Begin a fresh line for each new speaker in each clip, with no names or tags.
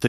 The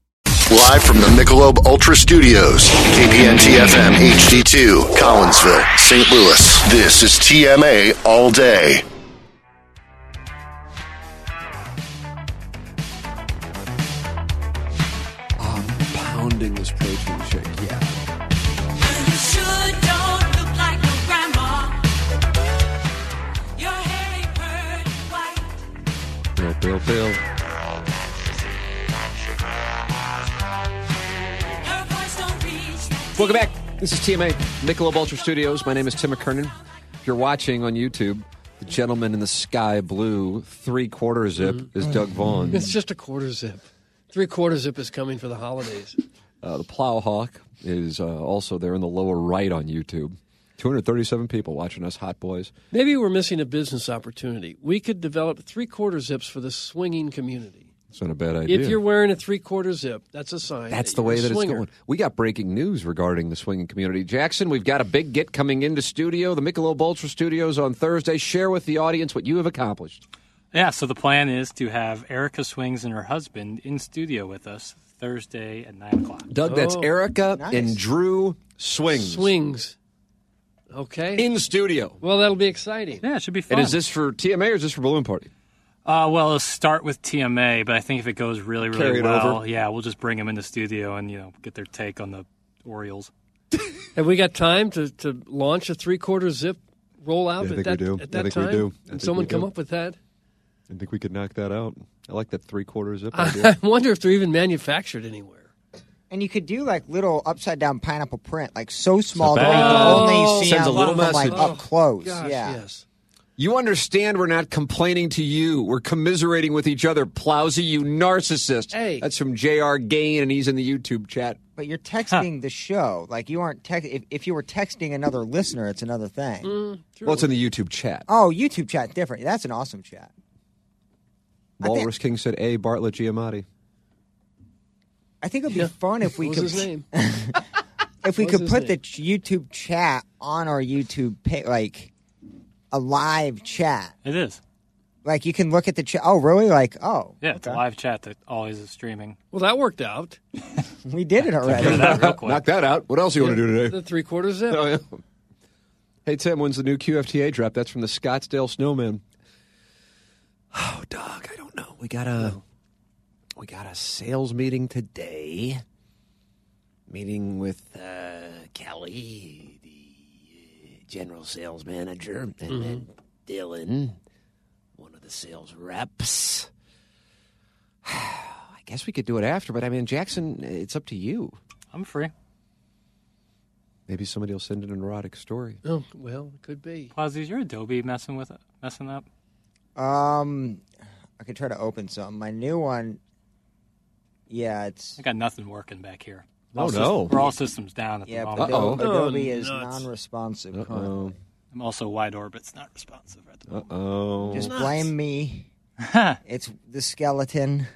Live from the Michelob Ultra Studios, KPNT FM HD2, Collinsville, St. Louis. This is TMA All Day.
I'm pounding this protein shake. Yeah. Bill, Bill, Bill. Welcome back. This is TMA Michelob Ultra Studios. My name is Tim McKernan. If you're watching on YouTube, the gentleman in the sky blue three quarter
Mm-hmm.
zip is Doug Vaughn.
It's just a quarter zip. Three quarter zip is coming for the holidays.
Uh, the Plowhawk is uh, also there in the lower right on YouTube. 237 people watching us, hot boys.
Maybe we're missing a business opportunity. We could develop three quarter zips for the swinging community.
It's not a bad idea.
If you're wearing a three quarter zip, that's a sign.
That's
that
the
you're
way
a
that it's
swinger.
going. We got breaking news regarding the swinging community. Jackson, we've got a big get coming into studio, the Michelob Ultra Studios on Thursday. Share with the audience what you have accomplished.
Yeah, so the plan is to have Erica Swings and her husband in studio with us Thursday at 9 o'clock.
Doug, that's
Oh,
Erica and Drew Swings.
Swings. Okay.
In studio.
well, that'll be exciting.
Yeah, it should be fun.
And is this for TMA or is this for Balloon Party?
Uh, well, it'll start with TMA, but I think if it goes really, really
Carry it
well,
over.
yeah, we'll just bring them in the studio and, you know, get their take on the Orioles.
Have we got time to, to launch a three quarter zip rollout
Yeah, I
at
think
that,
we do.
At
I
that
think we
time?
do. I
Can
think
someone
we
come
do.
up with that?
I think we could knock that out. I like that three quarter zip
I
idea.
wonder if they're even manufactured anywhere.
And you could do like little upside down pineapple print, like so small that
bad
we can
idea.
only see
Sends a
them
little
from, like
message.
up close.
Gosh,
yeah.
yes.
You understand we're not complaining to you. We're commiserating with each other. Plowsy, you narcissist.
Hey.
That's from J.R. Gain, and he's in the YouTube chat.
But you're texting the show. Like you aren't text. If, if you were texting another listener, it's another thing.
Mm.
Well, it's in the YouTube chat.
Oh, YouTube chat different. That's an awesome chat.
Walrus King said, "A Bartlett Giamatti."
I think it'd be fun if we
What
could
was his name?
if we
What's
could
his
put
name?
the ch- YouTube chat on our YouTube pa- like a live chat.
It is.
Like you can look at the chat. Oh, really? Like oh,
Yeah, it's a live chat that always is streaming.
Well, that worked out.
we did
Put it
it already.
out real quick.
Knock that out. What else you want to do today?
The three quarter zip.
Oh, yeah. Hey, Tim, when's the new QFTA drop? That's from the Scottsdale Snowman. Oh, Doug, I don't know. We got a we got a sales meeting today. Meeting with uh, Kelly, the uh, general sales manager, and then Dylan, one of the sales reps. I guess we could do it after, but I mean, Jackson, it's up to you.
I'm free.
Maybe somebody will send an erotic story.
Oh, well, it could be.
Plazzies, your Adobe messing with messing up.
um, I could try to open some. My new one. Yeah, it's
I got nothing working back here.
Oh,
All sys-
no.
we're all systems down at
yeah.
the
but
moment.
Uh-oh.
Adobe, Adobe
Oh,
is
nuts.
non-responsive.
Oh,
currently.
I'm also wide orbit's not responsive at the moment.
oh.
Just blame me. it's the skeleton.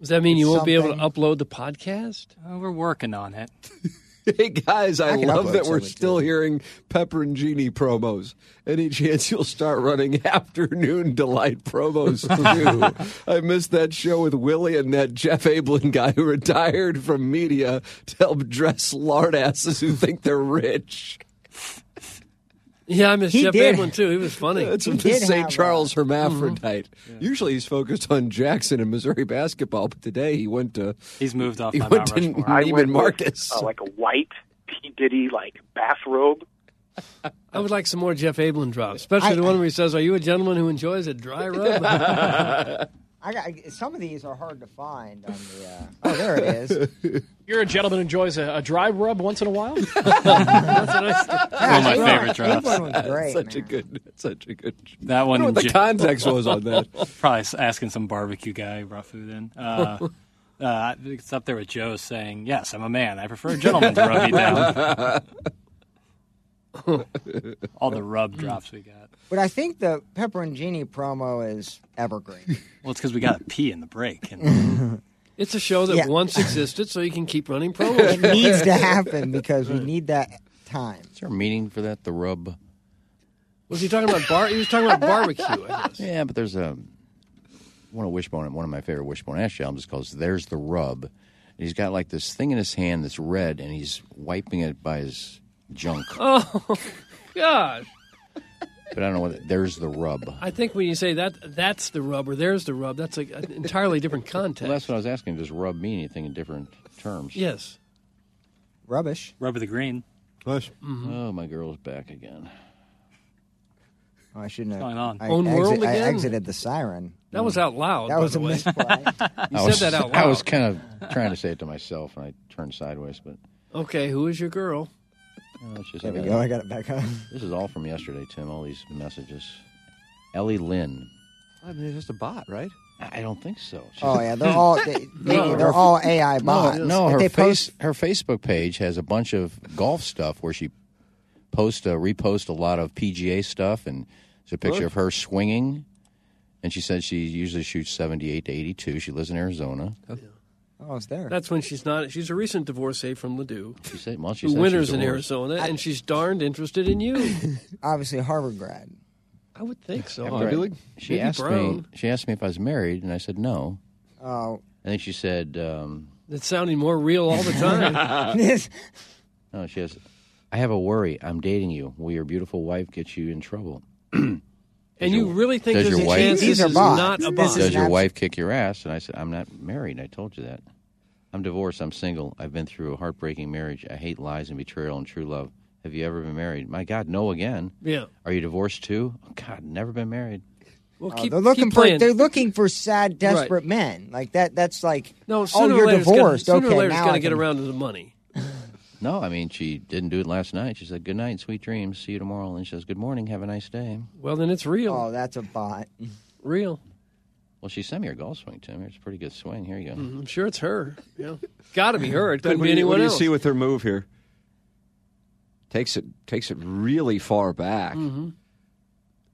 Does that mean you won't be able to
Something.
upload the podcast?
Uh, we're working on it.
Hey guys, I,
I can
love
upload
that we're
something,
still hearing Pepper and Genie promos. Any chance you'll start running afternoon delight promos too? I missed that show with Willie and that Jeff Ablin guy who retired from media to help dress lardasses who think they're rich.
Yeah, I miss
He
Jeff
did.
Edwin too. He was funny.
That's
He
from the
did
St.
have
Charles hermaphrodite. Usually he's focused on Jackson and Missouri basketball, but today he went to
He's moved off
he
my Mount
went to Uh,
Rushmore.
Oh,
Neiman Marcus.
uh, like a white P Diddy like bathrobe
I would like some more Jeff Ablin drops, especially
I-
the one where he says, "Are you a gentleman who enjoys a dry rub?"
I got some of these are hard to find on the. Uh, oh, there it is.
You're a gentleman who enjoys a, a dry rub once in a while.
One of my favorite
That
drops.
one was great.
such a
man.
good, such a good.
That
I
one.
don't know what the
Jim-
context was on that.
probably s- asking some barbecue guy who brought food in. Uh, uh, it's up there with Joe saying, "Yes, I'm a man. I prefer a gentleman to rub me down." All the rub drops we got.
But I think the Pepperoncini promo is evergreen.
Well, it's because we got a pee in the break. And
it's a show that
Yeah.
once existed, so you can keep running promos.
it needs to happen because we need that time.
Is there a meaning for that? The rub?
Was he talking about bar? He was talking about barbecue. I guess.
Yeah, but there's a one of Wishbone. One of my favorite Wishbone Ash albums is called "There's the Rub." And he's got like this thing in his hand that's red, and he's wiping it by his junk. but
Gosh,
I don't know what. There's the rub. Well,
I think when you say that, that's the rub, or there's the rub. That's like an entirely different context.
that's what I was asking. Does rub mean anything in different terms?
yes.
Rubbish.
rub of the green. Mm-hmm.
Oh, my girl's back again.
Oh, I shouldn't have.
Going on?
I,
Own world
exit- I
again?
exited the siren.
That was out loud.
That
by
was
the
a
way.
misplay.
You
I
said
was,
that out loud.
I was kind of trying to say it to myself, and I turned sideways. But
okay, who is your girl?
no, it's just,
there
I
we
got-
go. I got it back on.
This is all from yesterday, Tim. All these messages. Ellie Lynn.
I mean, it's just a bot, right?
I I don't think so. She's
Oh yeah, they're all they, they, are all AI bots.
No, no
If
her
they
face,
post-
her Facebook page has a bunch of golf stuff where she posts, uh, reposts a lot of PGA stuff, and there's a picture of her swinging. And she said she usually shoots 78 to 82. She lives in Arizona.
oh, it's there.
That's when she's not. She's a recent divorcee from Ledoux,
She said, well, she
who
said
winters
she's
in
divorced.
Arizona, and she's darned interested in you.
Obviously, a Harvard grad.
I would think so.
After I- She
Maybe
asked me.
Brown.
She asked me if I was married, and I said no.
Oh,
And then she said, um,
It's sounding more real all the time.
this
"No." She has. I have a worry. I'm dating you. Will your beautiful wife get you in trouble?
and you really think
Does
there's
your
a
wife-
chance
These
this
are
is
bots.
not a
This
bot?
is
Does your
abs-
wife kick your ass? And I said, I'm not married. I told you that. I'm divorced. I'm single. I've been through a heartbreaking marriage. I hate lies and betrayal and true love. Have you ever been married? My God, no again.
yeah.
Are you divorced too? Oh, God, never been married.
Well,
Oh,
keep,
they're looking
keep
for
playing.
they're looking for sad, desperate men like that. That's like
no,
oh,
sooner or
you're
later,
divorced.
It's gonna, sooner
okay,
or later, it's
now
going
I
to get
can-
around to the money.
No, I mean, she didn't do it last night. She said, Good night, sweet dreams. See you tomorrow. And she says, Good morning. Have a nice day.
Well, then it's real.
Oh, that's a bot.
real.
Well, she sent me her golf swing, Tim. It's a pretty good swing. Here you go.
Mm-hmm. I'm sure it's her. Yeah. Got to be her. It
What
couldn't
do
be
you-
anyone
what do you
else.
see with her move here? Takes it takes it really far back.
Mm-hmm.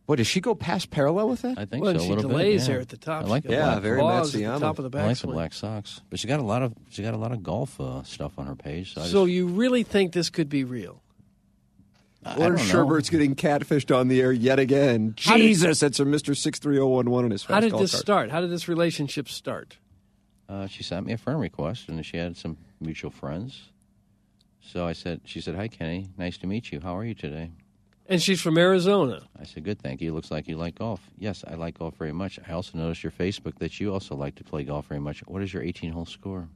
What does she go past parallel with that?
I think
well,
so.
and
a
she
little bit.
delays
yeah.
there at the top.
I like
She's
the
got
Yeah,
black-
very
claws at
Matsuyama.
the top of the
I like the
backswing.
black socks, but she got a lot of she got a lot of golf uh, stuff on her page. So, I
So
just,
you really think this could be real?
I- I
Lauren
don't know.
Sherbert's getting catfished on the air yet again. Jesus, that's a Mr. 63011 on his
How
fast
did
call
this
card.
start? How did this relationship start?
Uh, she sent me a friend request, and she had some mutual friends. So I said, she said, "Hi, Kenny. Nice to meet you. How are you today?"
And she's from Arizona.
I said, "Good, thank you. Looks like you like golf." Yes, I like golf very much. I also noticed your Facebook that you also like to play golf very much. What is your 18-hole score?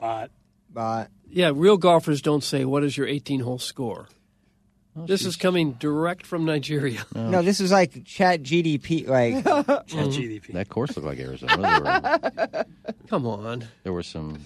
But
Bot.
Yeah, real golfers don't say what is your 18 hole score. this is coming direct from Nigeria.
No, this is like Chat GDP. Like
GDP.
That course looked like Arizona. there, were,
Come on.
there were some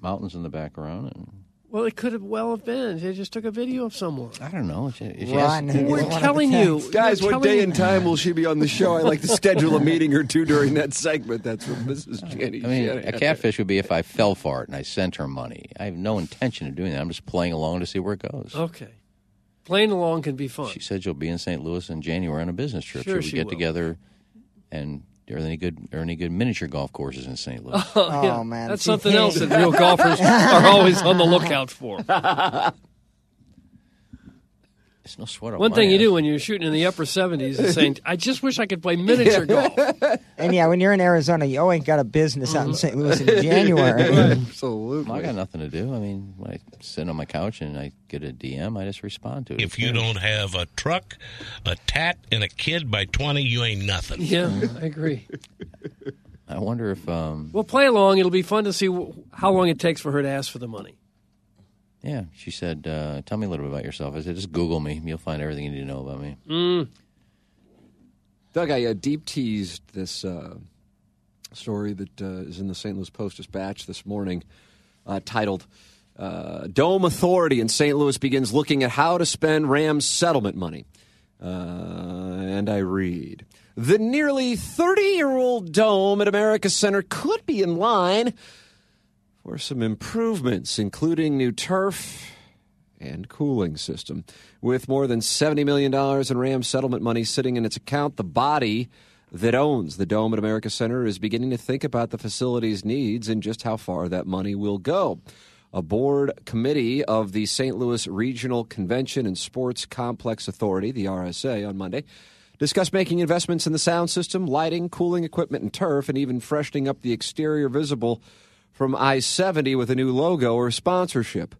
mountains in the background, and
Well, it could have well have been. They just took a video of someone.
I don't know. She, she
Run.
asked-
We're
One of
telling
the-
you,
Guys,
we're
what
telling-
day and time will she be on the show? I like to schedule a meeting or two during that segment. That's what Mrs. Jenny.
I mean, a
Shanahan-
catfish would be if I fell for it and I sent her money. I have no intention of doing that. I'm just playing along to see where it goes.
Okay, playing along can be fun.
She said she'll be in St. Louis in January on a business trip.
Sure
Should we
she
get
will.
together and are there any good are any good miniature golf courses in St. Louis?
oh man,
That's
she
something
can't-
else that real golfers are always on the lookout for.
it's no sweat on
One
my
thing you
ass.
do when you're shooting in the upper 70s is saying, I just wish I could play miniature golf.
And yeah, when you're in Arizona, you ain't got a business out in St. Louis in January.
Absolutely.
Well, I got nothing to do. I mean, when I sit on my couch and I get a DM, I just respond to it.
If you don't have a truck, a tat, and a kid by 20, you ain't nothing.
Yeah, I agree.
I wonder if um
Well, play along. It'll be fun to see wh- how long it takes for her to ask for the money.
Yeah, she said, uh, "Tell me a little bit about yourself." I said, "Just Google me. You'll find everything you need to know about me."
Mm. Doug, I uh, deep teased this uh, story that uh, is in the St. Louis Post Dispatch this morning, uh, titled uh, "Dome Authority in St. Louis Begins Looking at How to Spend Rams Settlement Money." Uh, and I read. The nearly 30 year old dome at America Center could be in line for some improvements, including new turf and cooling system. With more than $70 million in Ram settlement money sitting in its account, the body that owns the Dome at America Center is beginning to think about the facility's needs and just how far that money will go. A board committee of the St. Louis Regional Convention and Sports Complex Authority, the RSA, on Monday discussed making investments in the sound system, lighting, cooling equipment, and turf, and even freshening up the exterior visible from I 70 with a new logo or sponsorship.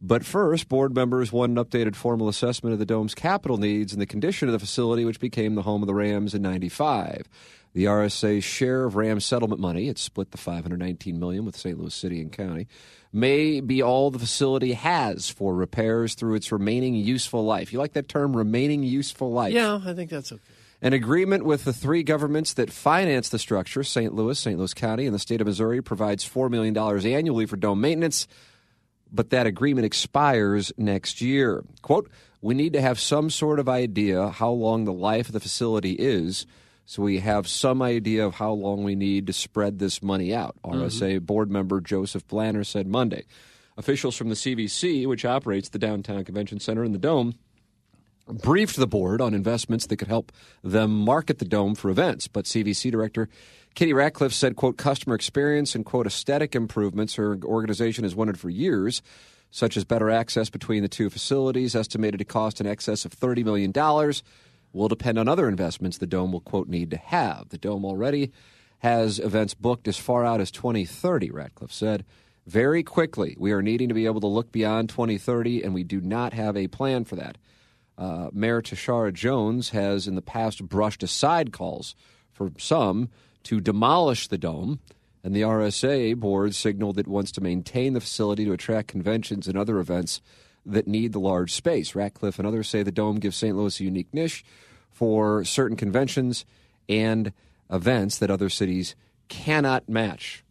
But first, board members want an updated formal assessment of the Dome's capital needs and the condition of the facility, which became the home of the Rams in 95. The RSA's share of Rams settlement money, it's split the 519 million with St. Louis City and County, may be all the facility has for repairs through its remaining useful life. You like that term remaining useful life?
Yeah, I think that's okay.
An agreement with the three governments that finance the structure, St. Louis, St. Louis County, and the state of Missouri, provides $4 million annually for dome maintenance, but that agreement expires next year. Quote, we need to have some sort of idea how long the life of the facility is, so we have some idea of how long we need to spread this money out, RSA board member Joseph Blanner said Monday. Officials from the CVC, which operates the Downtown Convention Center and the Dome, briefed the board on investments that could help them market the dome for events but cvc director kitty ratcliffe said quote customer experience and quote aesthetic improvements her organization has wanted for years such as better access between the two facilities estimated to cost in excess of $30 million will depend on other investments the dome will quote need to have the dome already has events booked as far out as 2030 ratcliffe said very quickly we are needing to be able to look beyond 2030 and we do not have a plan for that uh, Mayor Tashara Jones has in the past brushed aside calls for some to demolish the dome, and the RSA board signaled it wants to maintain the facility to attract conventions and other events that need the large space. Ratcliffe and others say the dome gives St. Louis a unique niche for certain conventions and events that other cities cannot match.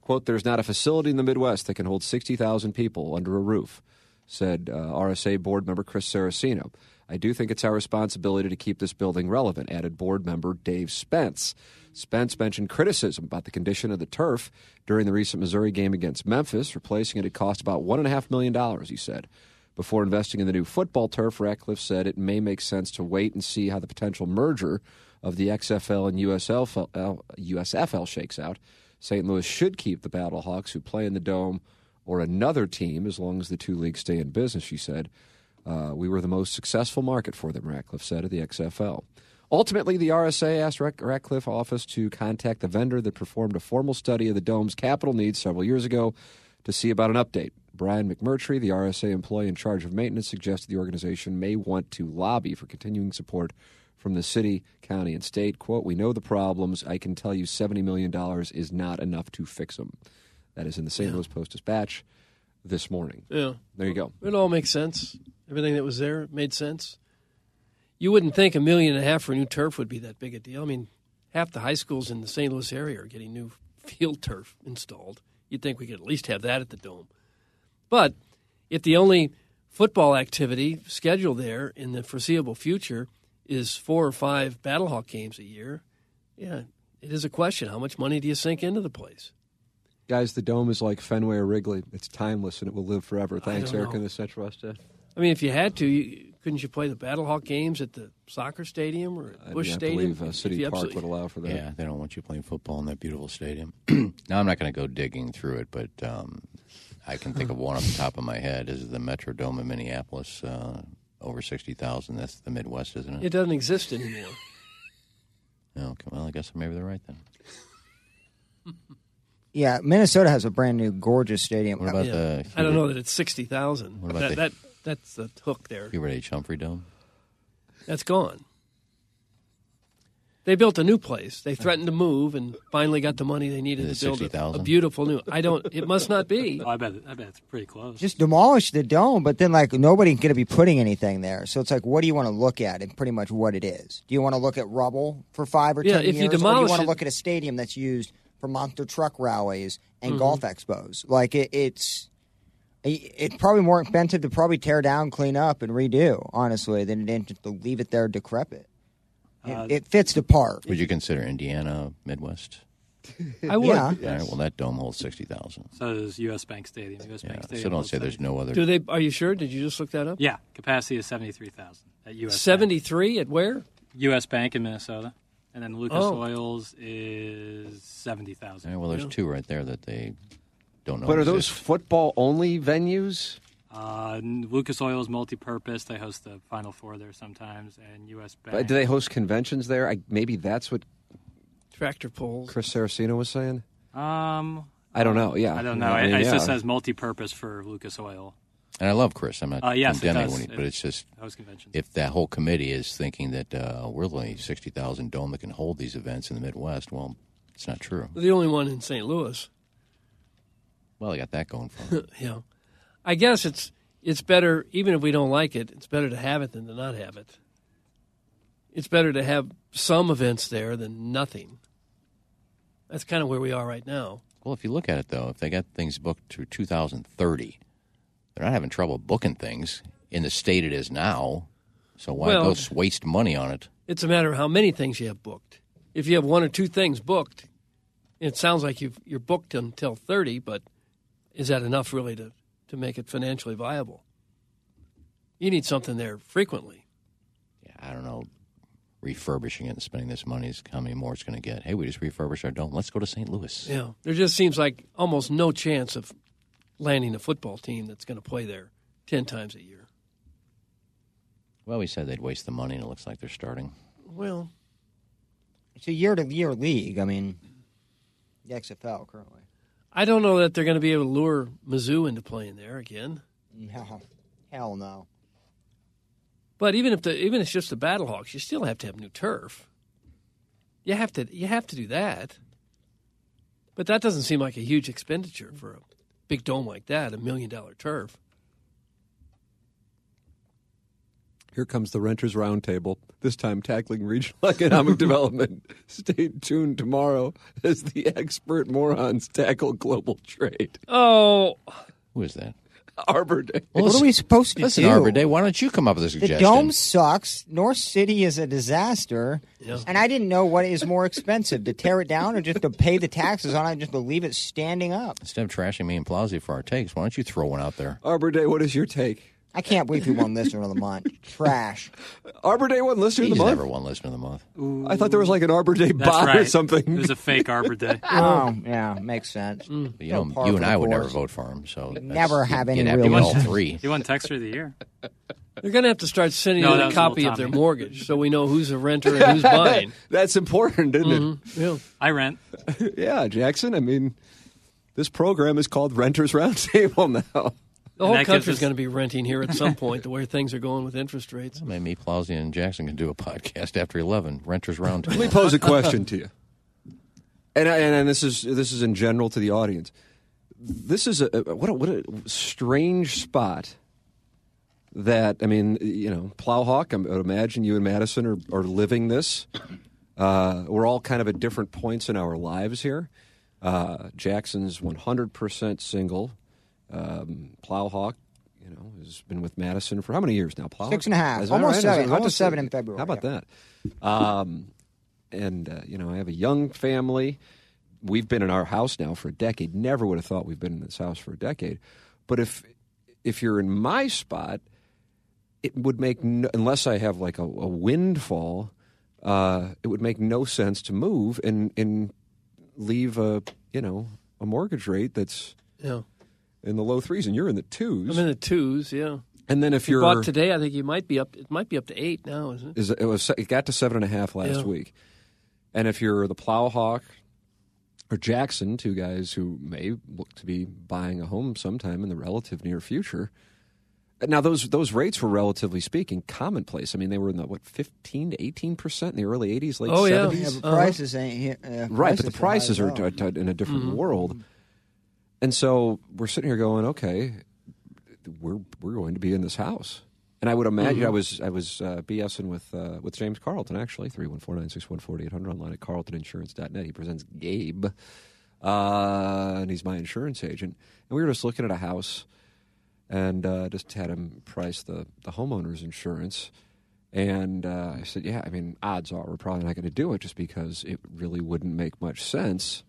Quote, there's not a facility in the Midwest that can hold 60,000 people under a roof, said uh, RSA board member Chris Saraceno. I do think it's our responsibility to keep this building relevant, added board member Dave Spence. Spence mentioned criticism about the condition of the turf during the recent Missouri game against Memphis. Replacing it had cost about $1.5 million, he said. Before investing in the new football turf, Ratcliffe said it may make sense to wait and see how the potential merger of the XFL and USFL, USFL shakes out. St. Louis should keep the Battlehawks, who play in the Dome, or another team as long as the two leagues stay in business, she said. Uh, we were the most successful market for them, Ratcliffe said of the XFL. Ultimately, the RSA asked Rack- Ratcliffe office to contact the vendor that performed a formal study of the dome's capital needs several years ago to see about an update. Brian McMurtry, the RSA employee in charge of maintenance, suggested the organization may want to lobby for continuing support from the city, county, and state. "Quote: We know the problems. I can tell you, seventy million dollars is not enough to fix them." That is in the St. Louis Post Dispatch this morning.
Yeah.
There you go.
It all makes sense. Everything that was there made sense. You wouldn't think a million and a half for new turf would be that big a deal. I mean, half the high schools in the St. Louis area are getting new field turf installed. You'd think we could at least have that at the dome. But if the only football activity scheduled there in the foreseeable future is four or five Battlehawk games a year, yeah, it is a question. How much money do you sink into the place?
Guys, the dome is like Fenway or Wrigley. It's timeless and it will live forever. Thanks,
don't
Eric,
know.
and the Central West. uh,
I mean, if you had to, you, couldn't you play the Battlehawk games at the soccer stadium or at
I
Bush
mean, I
Stadium?
believe, uh,
If
City
you
Park
absolutely-
would allow for that.
Yeah, they don't want you playing football in that beautiful stadium. now I'm not going to go digging through it, but um, I can think of one off the top of my head. Is the Metrodome in Minneapolis uh, over sixty thousand? That's the Midwest, isn't it? Oh,
It doesn't exist anymore.
Okay, well, I guess maybe they're right then.
Yeah, Minnesota has a brand new, gorgeous stadium. What
about
Yeah. I don't know that it's sixty thousand.
What about
That,
the-
that that's the hook there.
Hubert H. Humphrey Dome.
That's gone. They built a new place. They threatened to move and finally got the money they needed
Is it
to build a, a
60,000?
beautiful new. I don't. It must not be.
Oh, I bet. I bet it's pretty close.
Just demolish the dome, but then like nobody's going to be putting anything there. So it's like, what do you want to look at? And pretty much what it is. Do you want to look at rubble for five or
Yeah,
ten
if you
years, or do you
demolish
want to
it-
look at a stadium that's used for monster truck rallies and
Mhm.
golf expos? Like it, it's it- it's probably more expensive to probably tear down, clean up, and redo. Honestly, than than to leave it there decrepit. It,
Uh,
it fits the part.
Would you consider Indiana Midwest?
I would.
Yeah.
All right, well, that dome holds sixty thousand.
So does U.S. Bank Stadium. U.S. Bank
So
Stadium.
don't
holds
say there's no other.
Do they? Are you sure? Did you just look that up?
Yeah, capacity is seventy three thousand at U.S.
Seventy three at where?
Bank. U.S. Bank in Minnesota, and then Lucas
Oh.
Oils is seventy thousand.
All right, well, there's two right there that they don't know.
But are those
exist.
football only venues?
Uh, Lucas Oil's multi-purpose. They host the Final Four there sometimes, and U.S. Bank.
But Uh, do they host conventions there? I, maybe that's what
Tractor pulls.
Chris Saraceno was saying.
Um,
I don't know. Yeah,
I don't know.
mean,
it, it
yeah.
just says multi-purpose for Lucas Oil.
And I love Chris. I'm not
Uh, yes, it
condemning
does.
when he- but
It
it's just
hosts conventions.
if that whole committee is thinking that uh, we're the only sixty thousand dome that can hold these events in the Midwest, well, it's not true.
The only one in St. Louis.
Well, they got that going for them.
yeah. I guess it's it's better even if we don't like it. It's better to have it than to not have it. It's better to have some events there than nothing. That's kind of where we are right now.
Well, if you look at it though, if they got things booked to 2030, they're not having trouble booking things in the state it is now. So why
Well-
go waste money on it?
It's a matter of how many things you have booked. If you have one or two things booked, it sounds like you've, you're booked until 30, but is that enough really to, to make it financially viable? You need something there frequently.
I don't know. Refurbishing it and spending this money is how many more it's going to get. Hey, we just refurbished our dome. Let's go to St. Louis.
Yeah. There just seems like almost no chance of landing a football team that's going to play there 10 times a year.
Well, we said they'd waste the money, and it looks like they're starting.
Well,
It's a year to year league. I mean, the XFL currently.
I don't know that they're going to be able to lure Mizzou into playing there again.
No, hell no.
But even if the even if it's just the Battlehawks, you still have to have new turf. You have to you have to do that. But that doesn't seem like a huge expenditure for a big dome like that, a million dollar turf.
Here comes the Renters Roundtable, this time tackling regional economic development. Stay tuned tomorrow as the expert morons tackle global trade.
Oh,
Who is that?
Arbor Day.
what are we supposed to
Listen,
do?
Arbor Day, why don't you come up with a
The
suggestion?
dome sucks. North City is a disaster, and I didn't know what is more expensive to tear it down or just to pay the taxes on it, just to leave it standing up.
Instead of trashing me and Plowsy for our takes, why don't you throw one out there?
Arbor Day, what is your take?
I can't believe you won listener of the month. Trash.
Arbor Day won listener
He's
of the month.
never one listener of the month.
I thought there was like an Arbor Day
That's
bot or
right.
something.
There's a fake Arbor Day.
Oh, yeah, makes sense.
You know,
Par
you
for
and
the
I would never
course.
vote for him. So that's-
Never have
you'd
any
have to
real
get all
listeners.
three.
He won Texter of the Year.
they're going to have to start sending
No,
out
that
a
was
copy
little
of their
Tommy.
mortgage so we know who's a renter and who's buying.
That's important, isn't
Mm-hmm.
Mhm, Yeah.
I rent.
it? Yeah, Jackson. I mean, this program is called Renters Roundtable now.
The whole country's going to be renting here at some point, the way things are going with interest rates.
Maybe me, Plowsy, and Jackson can do a podcast after 11, Renters Roundtable.
Let me pose a question to you, and I, and, and this is this is in general to the audience. This is a a- what a, what a strange spot. That I mean, you know, Plowhawk. I would imagine you and Madison are are living this. Uh, we're all kind of at different points in our lives here. Uh, Jackson's 100% single. Um, Plowhawk, you know, has been with Madison for how many years now? Plowhawk?
Six and a half.
Is that
Almost
right? Is
seven.
it
About to seven in February,
How about that? Um, and, uh, you know, I have a young family. We've been in our house now for a decade. Never would have thought we've been in this house for a decade. But if if you're in my spot, it would make no, unless I have like a, a windfall, uh, it would make no sense to move and and leave a you know a mortgage rate that's
Yeah.
in the low threes and you're in the twos.
I'm in the twos, yeah.
and then if
you
you're
bought today, I think you might be up. It might be up to eight now, isn't it?
is it was it got to seven and a half last
Yeah.
week, and if you're the Plowhawk or Jackson, two guys who may look to be buying a home sometime in the relative near future, uh, Now those those rates were relatively speaking commonplace. I mean, they were in the what fifteen to eighteen percent in the early eighties, late
Oh, yeah.
seventies.
Yeah, but Uh-huh. prices ain't here- uh,
right, but the
prices
prices
are
are
high as
d- d- in a different
Mhm.
world. And so we're sitting here going, okay, we're we're going to be in this house. And I would imagine
Mhm.
I was I was uh, BSing with uh, with James Carlton actually three one four nine six one forty eight hundred online at carltoninsurance.net. He presents Gabe, uh, and he's my insurance agent. And we were just looking at a house, and uh, just had him price the the homeowner's insurance. And uh, I said, yeah, I mean, odds are we're probably not going to do it just because it really wouldn't make much sense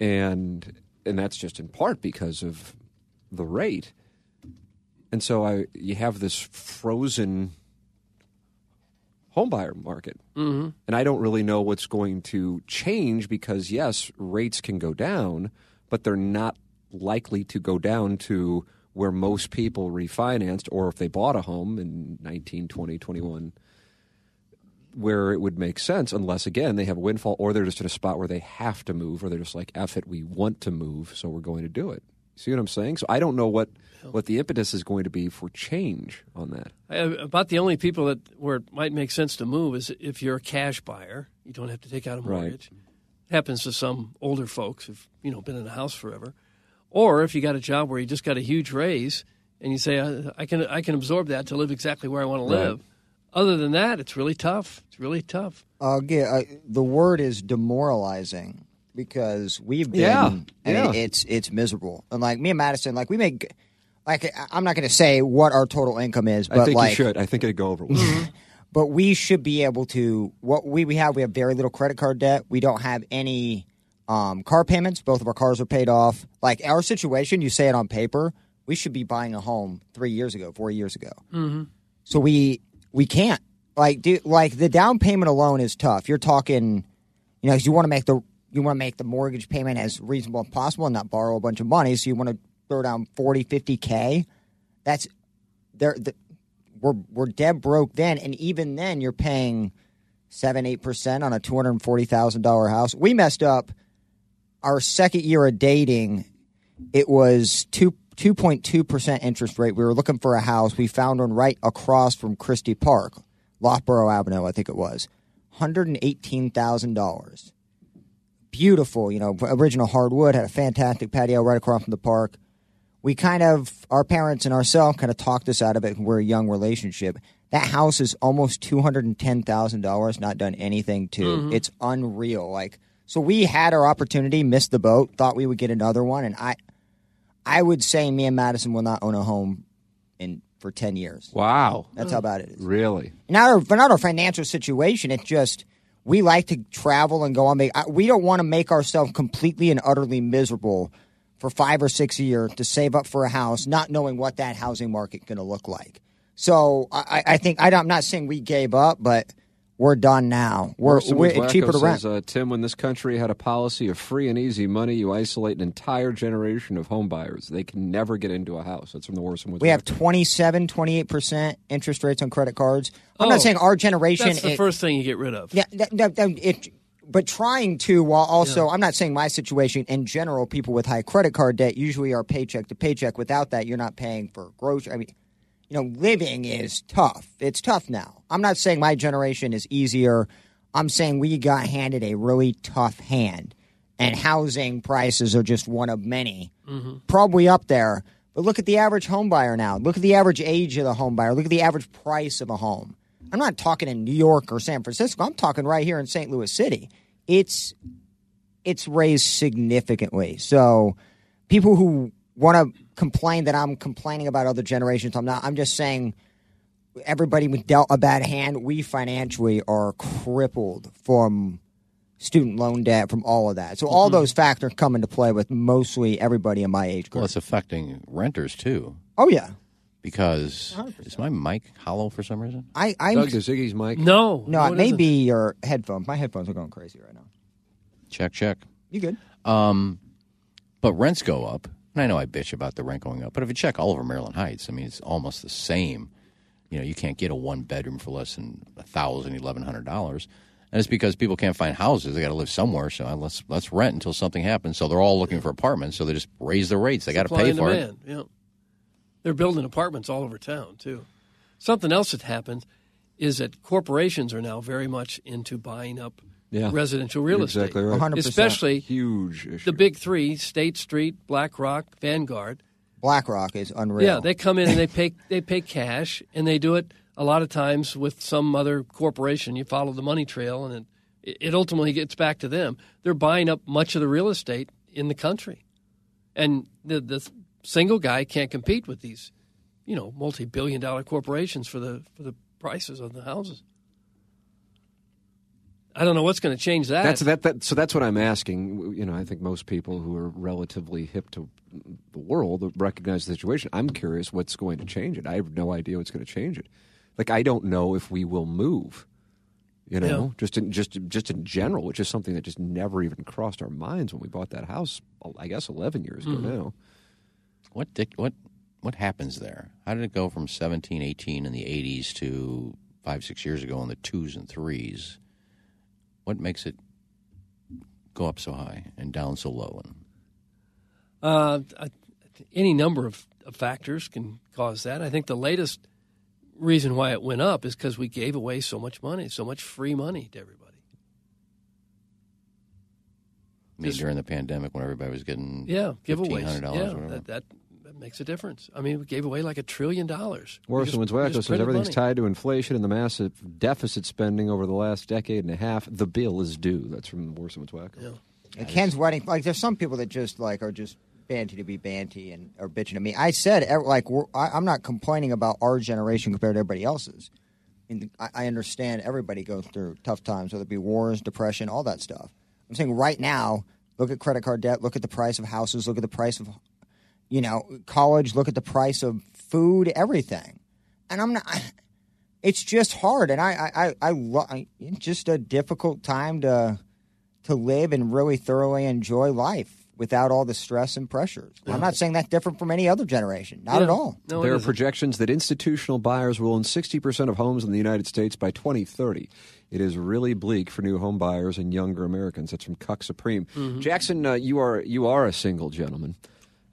and and that's just in part because of the rate. And so I you have this frozen homebuyer market.
Mhm.
And I don't really know what's going to change because yes, rates can go down, but they're not likely to go down to where most people refinanced or if they bought a home in 19, 20, 21 where it would make sense unless again they have a windfall or they're just in a spot where they have to move or they're just like F it we want to move so we're going to do it see what i'm saying so i don't know what what the impetus is going to be for change on that
I- About the only people that where it might make sense to move is if you're a cash buyer, you don't have to take out a
Right.
mortgage. happens to some older folks who've you know been in a house forever, or if you got a job where you just got a huge raise and you say I, I can I can absorb that to live exactly where I want to
Right.
live. Other than that, it's really tough. It's really tough.
Uh, yeah, uh, the word is demoralizing because we've been.
Yeah,
I mean,
yeah.
it's it's miserable, and like me and Madison, like we make. Like I- I'm not going to say what our total income is, but
i think
like,
you should i think it'd go over well.
Mm-hmm.
but we should be able to. What we we have, we have very little credit card debt. We don't have any um, car payments. Both of our cars are paid off. Like our situation, you say it on paper, we should be buying a home three years ago, four years ago.
Mm-hmm.
So we we can't like do like the down payment alone is tough. You're talking, you know, 'cause you want to make the you want to make the mortgage payment as reasonable as possible and not borrow a bunch of money. So you want to throw down 40, 50 k. That's there. The, we're we're dead broke then, and even then you're paying seven eight percent on a two hundred forty thousand dollar house. We messed up our second year of dating it was two two point two percent interest rate. We were looking for a house. We found one right across from Christie Park, Loughborough Avenue, I think it was. Hundred and eighteen thousand dollars. Beautiful, you know, original hardwood. Had a fantastic patio right across from the park. We kind of, our parents and ourselves, kind of talked us out of it. We're a young relationship. That house is almost two hundred and ten thousand dollars. Not done anything to.
Mhm.
It's unreal. Like so, we had our opportunity, missed the boat. Thought we would get another one, and I, I would say me and Madison will not own a home in for ten years.
wow
That's how bad it is.
really
Not our, not our financial situation. It's just we like to travel and go on. vac- I- We don't want to make ourselves completely and utterly miserable for five or six years to save up for a house, not knowing what that housing market going to look like. So I, I I think I, am not saying we gave up, but we're done now. We're,
Orson
we're
Welles
it's cheaper to
Wacko
rent.
says, uh, tim when this country had a policy of free and easy money you isolate an entire generation of home buyers they can never get into a house that's from the worst one
we have 27, 28% interest rates on credit cards. I'm
Oh,
not saying our generation.
That's the
it-
first thing you get rid of.
Yeah, that, that, that, it, but trying to while also, I'm not saying my situation in general. People with high credit card debt usually are paycheck to paycheck. Without that, you're not paying for grocery. I mean, you know, living is tough. It's tough now. I'm not saying my generation is easier. I'm saying we got handed a really tough hand, and housing prices are just one of many
Mm-hmm.
probably up there. But look at the average home buyer now. Look at the average age of the home buyer. Look at the average price of a home. I'm not talking in New York or San Francisco. I'm talking right here in St. Louis City. It's it's raised significantly. So people who want to complain that I'm complaining about other generations, I'm not. I'm just saying everybody was dealt a bad hand. We financially are crippled from student loan debt, from all of that. So all those factors come into play with mostly everybody in my age group.
Well, it's affecting renters too
Oh yeah,
because is my mic hollow for some reason?
I I'm
Ziggy's mic?
No,
no,
no,
it
it
may
isn't.
be your headphones. My headphones are going crazy right now.
Check, check.
You good?
Um, but rents go up, and I know I bitch about the rent going up. But if you check all over Maryland Heights, I mean, it's almost the same. You know, you can't get a one bedroom for less than a thousand, eleven hundred dollars, and it's because people can't find houses. They got to live somewhere, so let's let's rent until something happens. So they're all looking for apartments, so they just raise the rates. They got to
Supply
pay
and
for it.
demand. Yeah. They're building apartments all over town, too. Something else that happened is that corporations are now very much into buying up
Yeah.
residential real
You're
estate.
exactly right. 100%.
Especially
Huge issue.
the big three State Street, BlackRock, Vanguard.
BlackRock is unreal.
Yeah, they come in and they pay they pay cash, and they do it a lot of times with some other corporation. You follow the money trail, and it, it ultimately gets back to them. They're buying up much of the real estate in the country, and the the single guy can't compete with these, you know, multi billion dollar corporations for the for the prices of the houses. I don't know what's going to change that.
That's that, that. So that's what I'm asking. You know, I think most people who are relatively hip to the world recognize the situation. I'm curious what's going to change it. I have no idea what's going to change it. Like I don't know if we will move. You know,
Yeah.
just in just just in general, which is something that just never even crossed our minds when we bought that house. I guess 11 years ago
Hmm.
Mhm.
now.
What dic- what what happens there? How did it go from 17, 18 in the 80s to 5, 6 years ago in the 2s and 3s? What makes it go up so high and down so low? And
Uh, I- any number of, of factors can cause that. I think the latest reason why it went up is because we gave away so much money, so much free money to everybody.
I mean, during the pandemic when everybody was getting
Yeah, giveaways.
$1,500 or
Yeah,
whatever.
that, that that makes a difference. I mean, we gave away like a trillion dollars. We
Worse
just-
than one's
we
wacko,
just
since
printed
everything's
money.
tied to inflation and the massive deficit spending over the last decade and a half. The bill is due. That's from Worse than one's wacko.
At Uh, Ken's wedding, like there's some people that just like are just banty to be banty and are bitching to me. I said ev- like we're, I, I'm not complaining about our generation compared to everybody else's. I, mean, I, I understand everybody goes through tough times, whether it be wars, depression, all that stuff. I'm saying right now, look at credit card debt, look at the price of houses, look at the price of you know college, look at the price of food, everything. And I'm not. it's just hard, and I I I, I, lo- I it's just a difficult time to to live and really thoroughly enjoy life without all the stress and pressures. I'm not saying that's different from any other generation. Not at
Yeah.
all.
there are projections that institutional buyers will own 60% of homes in the United States by 2030. It is really bleak for new home buyers and younger Americans. That's from Cuck Supreme. Jackson, uh, you are you are a single gentleman.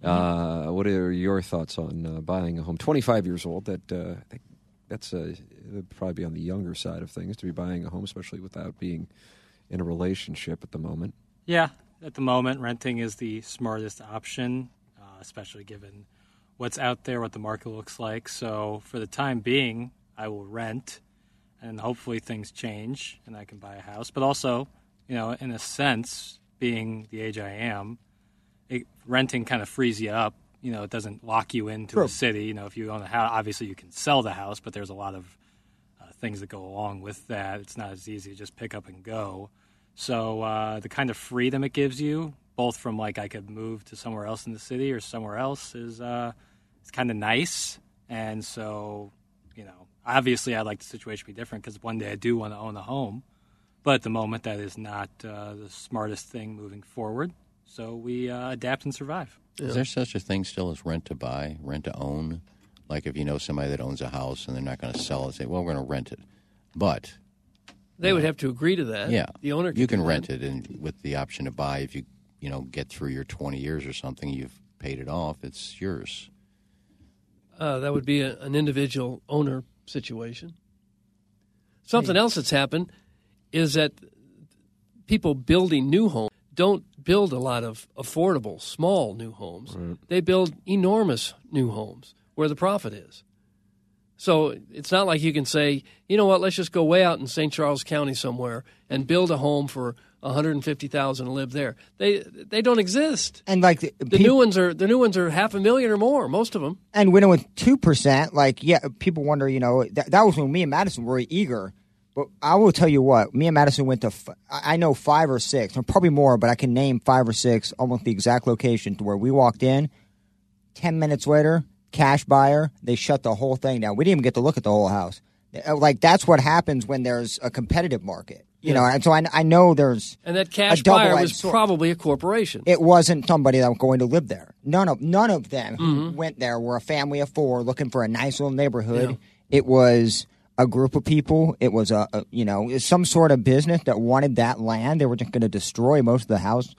Uh, what are your thoughts on uh, buying a home? 25 years old. That uh, I think that's uh, it would probably be on the younger side of things to be buying a home, especially without being in a relationship at the moment.
Yeah, at the moment, renting is the smartest option, uh, especially given what's out there, what the market looks like. So, for the time being, I will rent, and hopefully things change and I can buy a house. But also, you know, in a sense, being the age I am, it, renting kind of frees you up. You know, it doesn't lock you into
True.
a city. You know, if you own a house, obviously you can sell the house, but there's a lot of uh, things that go along with that. It's not as easy to just pick up and go. So uh, the kind of freedom it gives you, both from like I could move to somewhere else in the city or somewhere else, is uh, it's kind of nice. And so, you know, obviously I'd like the situation to be different because one day I do want to own a home, but at the moment that is not uh, the smartest thing moving forward. So we uh, adapt and survive.
Is there such a thing still as rent to buy, rent to own? Like if you know somebody that owns a house and they're not going to sell it, say, well, we're going to rent it. But
They would have to agree to that.
yeah,
the owner.
you can
do that.
rent it, and with the option to buy, if you you know get through your twenty years or something, you've paid it off. It's yours.
Uh, that would be a, an individual owner situation. Something else that's happened is that people building new homes don't build a lot of affordable, small new homes. They build enormous new homes where the profit is. So it's not like you can say, you know what, let's just go way out in St. Charles County somewhere and build a home for 150,000 and live there. They they don't exist.
And like the,
The new ones are the new ones are half a million or more, most of them.
and winning with two percent, like yeah, people wonder, you know, that, that was when me and Madison were eager. But I will tell you what, me and Madison went to, f- I I know five or six, or probably more, but I can name five or six, almost the exact location to where we walked in. Ten minutes later, cash buyer, they shut the whole thing down. We didn't even get to look at the whole house. Uh, Like that's what happens when there's a competitive market, you know. And so I, I know there's
And that cash
A double-edged
buyer was
sword.
probably a corporation.
it wasn't somebody that was going to live there. None of none of them who went there were a family of four looking for a nice little neighborhood. It was a group of people. It was a, a you know some sort of business that wanted that land. They were just going to destroy most of the house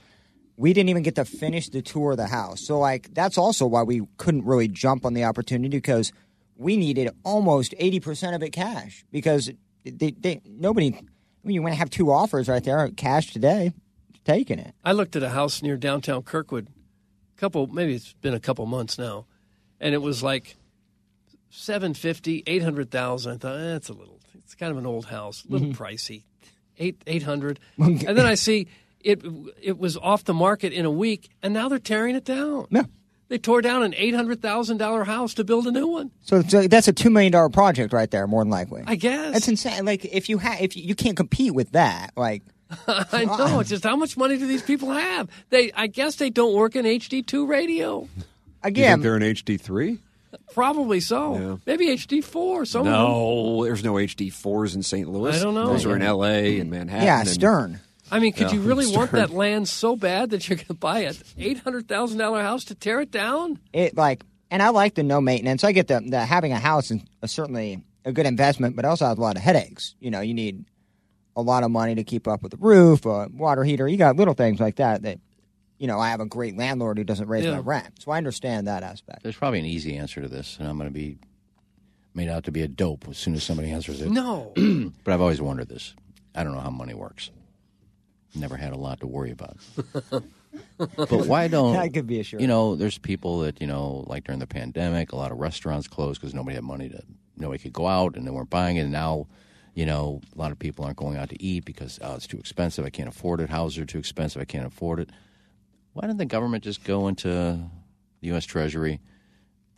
we didn't even get to finish the tour of the house. So like that's also why we couldn't really jump on the opportunity because we needed almost eighty percent of it cash because they, they, nobody. I mean, you want to have two offers right there, cash today, taking it.
I looked at a house near downtown Kirkwood, a couple maybe it's been a couple months now, and it was like 750, 800,000. I thought eh, that's a little. It's kind of an old house, a little
Mm-hmm.
Mhm.
pricey. 8 800. and then I see it it was off the market in a week and now they're tearing it down.
Yeah.
They tore down an $800,000 house to build a new one.
So, so that's a two million dollar project right there, more than likely.
I guess.
That's insane. Like if you ha- if you, you can't compete with that, like
I know. It's just how much money do these people have? They, I guess, they don't work in HD two radio.
You think they're in HD three?
probably so.
Yeah.
Maybe HD four. Some of them.
No, there's no HD fours in St. Louis.
I don't know.
Those are in LA and Manhattan.
Yeah,
and-
Stern.
I mean, could
Yeah,
you really want
Stern.
that land so bad that you're going to buy an eight hundred thousand dollar house to tear it down?
it like and I like the no maintenance. I get the, the having a house is uh, certainly a good investment, but it also has a lot of headaches. You know, you need a lot of money to keep up with the roof, a water heater. You got little things like that that you know. I have a great landlord who doesn't raise my
Yeah.
rent, so I understand that aspect.
There's probably an easy answer to this, and I'm going to be made out to be a dope as soon as somebody answers it.
No.
but I've always wondered this. I don't know how money works. Never had a lot to worry about. but why don't
that could be a sure?
you know? There's people that you know, like during the pandemic, a lot of restaurants closed because nobody had money to nobody could go out and they weren't buying it. And now, you know, a lot of people aren't going out to eat because oh, it's too expensive. I can't afford it. Houses are too expensive. I can't afford it. Why didn't the government just go into the U.S. Treasury,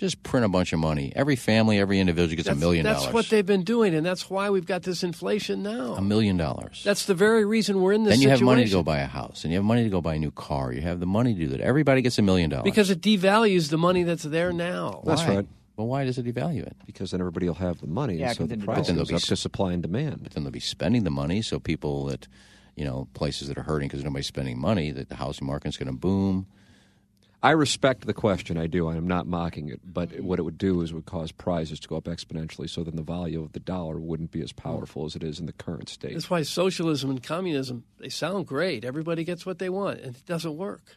just print a bunch of money? Every family, every individual gets a million
That's
dollars.
what they've been doing, and that's why we've got this inflation now.
a million dollars.
That's the very reason we're in this
Then you have
situation.
money to go buy a house, and you have money to go buy a new car. You have the money to do that. Everybody gets a million dollars.
because it devalues the money that's there now.
That's right.
Well, why does it devalue it?
Because then everybody will have the money,
Yeah,
and so the
continue.
price
But then
goes
they'll
up
be-
to supply and demand.
But then they'll be spending the money. So people that, you know, places that are hurting because nobody's spending money, that the housing market's going to boom.
I respect the question. I do. I'm not mocking it. But what it would do is it would cause prices to go up exponentially. So then the value of the dollar wouldn't be as powerful as it is in the current state.
That's why socialism and communism they sound great. Everybody gets what they want, and it doesn't work.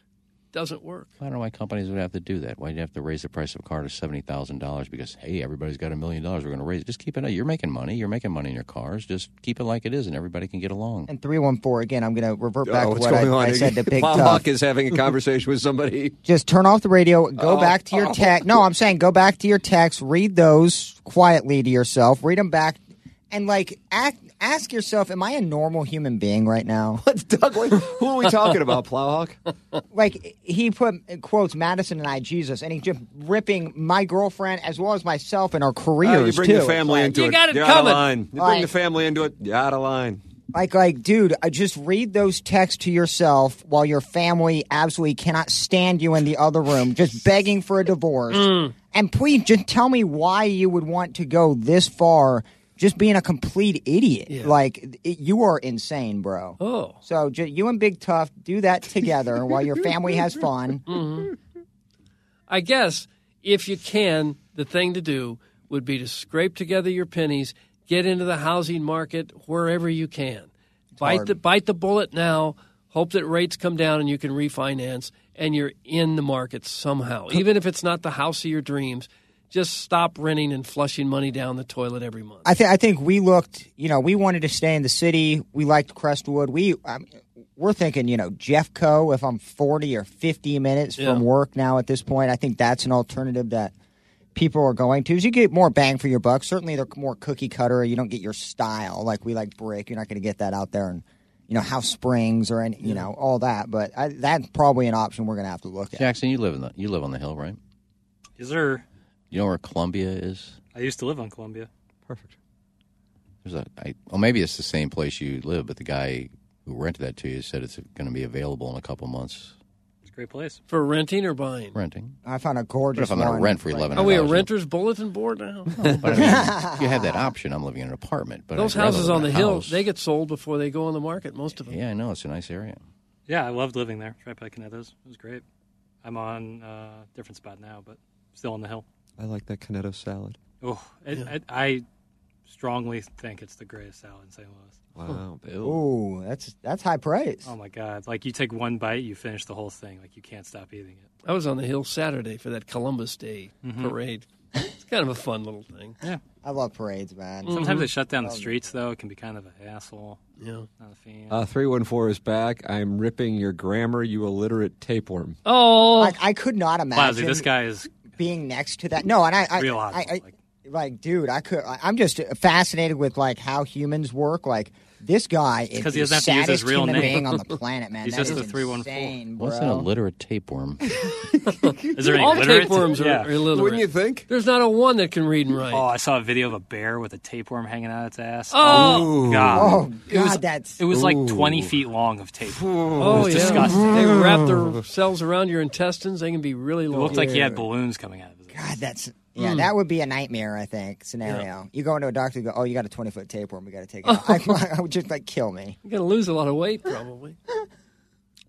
Doesn't work.
I don't know why companies would have to do that. Why do you have to raise the price of a car to seventy thousand dollars? Because hey, everybody's got a million dollars. We're going to raise it. Just keep it. You're making money. You're making money in your cars. Just keep it like it is, and everybody can get along.
And three one four again. I'm going to revert back
Oh,
to
what's
what I,
going on?
I said to Big
Bob
Tough.
Hawk is having a conversation with somebody.
Just turn off the radio.
Oh,
Go back to your
oh.
text. No, I'm saying go back to your text. Read those quietly to yourself. Read them back, and like act, ask yourself: Am I a normal human being right now? What,
Doug? who are we talking about, Plowhawk?
like he put quotes Madison and I, Jesus, and he just ripping my girlfriend as well as myself and our careers
Oh, you bring
too.
the family
It's
into
like-
it. You're out of line. You bring
Like-
the family into it. You're out of line.
Like, like, dude, I just read those texts to yourself while your family absolutely cannot stand you in the other room, just begging for a divorce. And please just tell me why you would want to go this far just being a complete idiot. Like, it, you are insane, bro.
Oh.
So, ju- you and Big Tough do that together while your family has fun.
Mhm. I guess if you can, the thing to do would be to scrape together your pennies, get into the housing market wherever you can. Bite
hard.
the bite the bullet now, hope that rates come down and you can refinance and you're in the market somehow. Even if it's not the house of your dreams, just stop renting and flushing money down the toilet every month.
I think I think we looked. You know, we wanted to stay in the city. We liked Crestwood. We um, we're thinking, you know, Jeffco. If I'm 40 or 50 minutes
Yeah.
from work now at this point, I think that's an alternative that people are going to. Is you get more bang for your buck. Certainly, they're more cookie cutter. You don't get your style like we like brick. You're not going to get that out there and. You know, House Springs or any, you know, all that. But I, that's probably an option we're going to have to look at.
Jackson, you live in the you live on the hill, right?
Is there?
You know where Columbia is?
I used to live on Columbia. Perfect.
There's a, I, well, maybe it's the same place you live, but the guy who rented that to you said it's going to be available in a couple months.
It's a great place. For renting or buying?
Renting.
I found a
But
gorgeous
if I'm going to
one.
rent for eleven,
Are we a renter's bulletin board now?
But I mean, you have that option. I'm living in an apartment, but
Those
I'd rather
houses
live
on
in
the
a
hill,
house.
they get sold before they go on the market, most of them.
Yeah, I know it's a nice area.
Yeah, I loved living there. Right by Canetta's. It was great. I'm on uh, a different spot now, but still on the hill.
I like that Canetto salad.
Oh, it, I, I strongly think it's the greatest salad in St. Louis.
Wow, Bill.
Ooh, that's that's high praise.
Oh my God! Like you take one bite, you finish the whole thing. Like you can't stop eating it.
I was on the Hill Saturday for that Columbus Day
Mm-hmm.
Mhm.
parade. It's kind of a fun little thing.
Yeah.
I love parades, man.
Sometimes they shut down the streets though. It can be kind of an asshole.
Mm-hmm. Yeah.
Not a fan.
Uh, 314 is back. I'm ripping your grammar, you illiterate tapeworm.
Oh,
like I could not
Wow,
imagine
this guy is
being next to that. No, and I, I,
Real
I,
awesome,
I- like, dude, I could. I, I'm just fascinated with like how humans work. Like this guy is
'cause he
the
doesn't have to use his
saddest
real
human
name.
being on the planet, man.
He's
That
just
is
a 314.
insane,
What's an
bro.
illiterate tapeworm?
Is there any
All
illiterate?
tapeworms are,
Yeah.
are illiterate.
Wouldn't you
think? There's not a one that can read and write.
Oh, I saw a video of a bear with a tapeworm hanging out its ass.
Oh! Ooh.
God!
Oh,
it was
God, that's-
it was like
Ooh.
twenty feet long of tapeworm.
Oh,
it was
yeah.
disgusting.
They wrap themselves around your intestines. They can be really
It
long.
looked like he had balloons coming out of his.
God, that's yeah, that would be a nightmare. I think scenario. You go into a doctor, you go, oh, you got a 20 foot tapeworm. We got to take it. out." I, I would just like kill me.
You're going to lose a lot of weight, probably.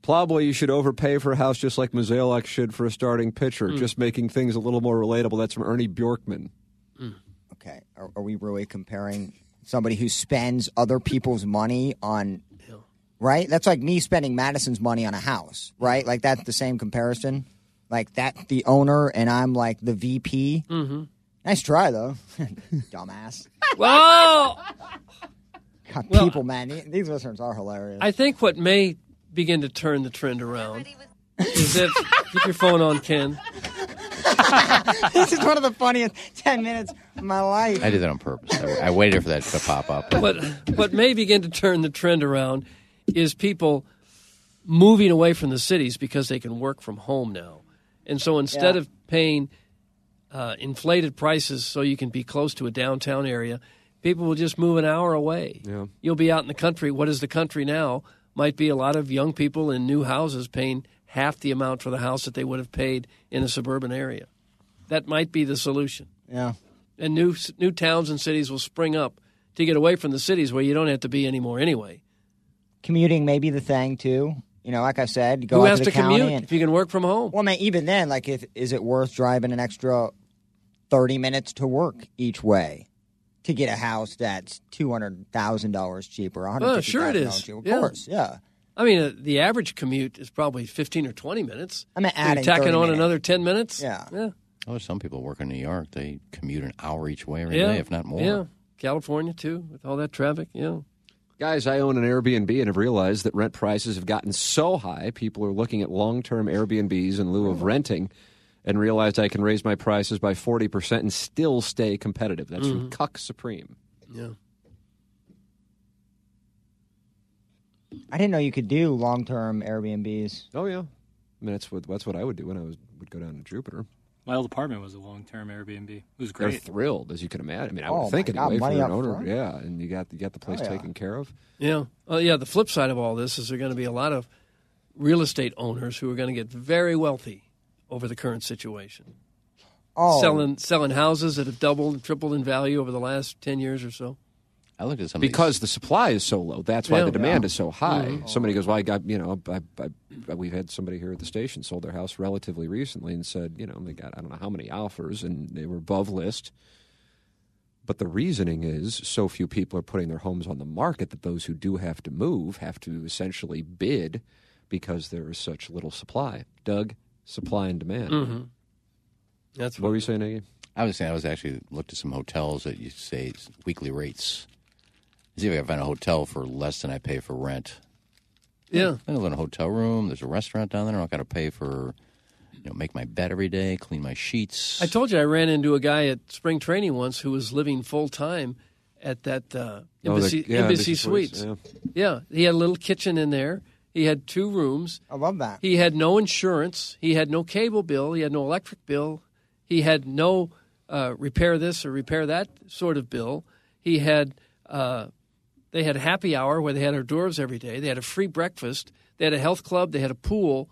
Plowboy, you should overpay for a house just like Mozeliak should for a starting pitcher,
Hmm.
just making things a little more relatable. That's from Ernie Bjorkman.
Okay, are, are we really comparing somebody who spends other people's money on? Right, that's like me spending Madison's money on a house. Right, like that's the same comparison. Like that, the owner and I'm like the VP.
Mm-hmm.
Nice try though, dumbass.
Well,
God, people, man, the- these listeners are hilarious.
I think what may begin to turn the trend around is if keep your phone on, Ken.
this is one of the funniest ten minutes of my life.
I did that on purpose. I, I waited for that to pop up.
What what may begin to turn the trend around is people moving away from the cities because they can work from home now, and so instead
Yeah.
of paying uh, inflated prices so you can be close to a downtown area, people will just move an hour away.
Yeah.
You'll be out in the country. What is the country now? Might be a lot of young people in new houses paying half the amount for the house that they would have paid in a suburban area. That might be the solution.
Yeah.
And new new towns and cities will spring up to get away from the cities where you don't have to be anymore anyway.
commuting may be the thing too. You know, like I said, go
Who
out
has
to
to
the county
commute
and
if you can work from home?
Well, man, even then, like, if is it worth driving an extra thirty minutes to work each way to get a house that's two hundred thousand dollars cheaper?
Oh, sure it
$150,000
is.
cheaper, Of
Yeah.
course, yeah.
I mean, uh, the average commute is probably 15 or 20 minutes.
I'm
So you're
adding
tacking
30
on
minutes.
another 10 minutes.
Yeah.
Yeah.
Oh, some people work in New York. They commute an hour each way every day,
yeah.
if not more.
Yeah. California, too, with all that traffic. Yeah.
Guys, I own an Airbnb and have realized that rent prices have gotten so high, people are looking at long term Airbnbs in lieu of renting and realized I can raise my prices by 40% and still stay competitive. That's from
Mhm.
Cuck Supreme.
Yeah.
I didn't know you could do long term Airbnbs.
Oh yeah, I mean, that's what that's what I would do when I was would go down to Jupiter.
My old apartment was a long-term Airbnb. It was
They're
great.
thrilled, as you can imagine. I mean, I
Oh,
would think
my God,
anyway
money
for an
up
owner.
front.
Yeah, and you got you got the place
Oh, yeah.
taken care of.
Yeah. Well, yeah. The flip side of all this is there are going to be a lot of real estate owners who are going to get very wealthy over the current situation.
Oh.
Selling selling houses that have doubled and tripled in value over the last 10 years or so.
I looked at some
because the supply is so low. That's why
Yeah.
the demand
Yeah.
is so high.
Mhm.
Somebody goes, "Well, I got you know, I, I, I, we've had somebody here at the station sold their house relatively recently and said, you know, they got I don't know how many offers and they were above list." But the reasoning is so few people are putting their homes on the market that those who do have to move have to essentially bid because there is such little supply. Doug, supply and demand.
Mhm. That's
what were you saying, Iggy?
I was saying I was actually looked at some hotels that you say it's weekly rates. See if I can find a hotel for less than I pay for rent.
Yeah.
I live in a hotel room. There's a restaurant down there. I don't got to pay for, you know, make my bed every day, clean my sheets.
I told you I ran into a guy at spring training once who was living full time at that uh,
Oh, the-
embassy,
yeah,
embassy,
Embassy
Suites.
Suites,
yeah, he had a little kitchen in there. He had two rooms.
I love that.
He had no insurance. He had no cable bill. He had no electric bill. He had no uh, repair this or repair that sort of bill. He had uh, they had happy hour where they had hors d'oeuvres every day. They had a free breakfast. They had a health club. They had a pool,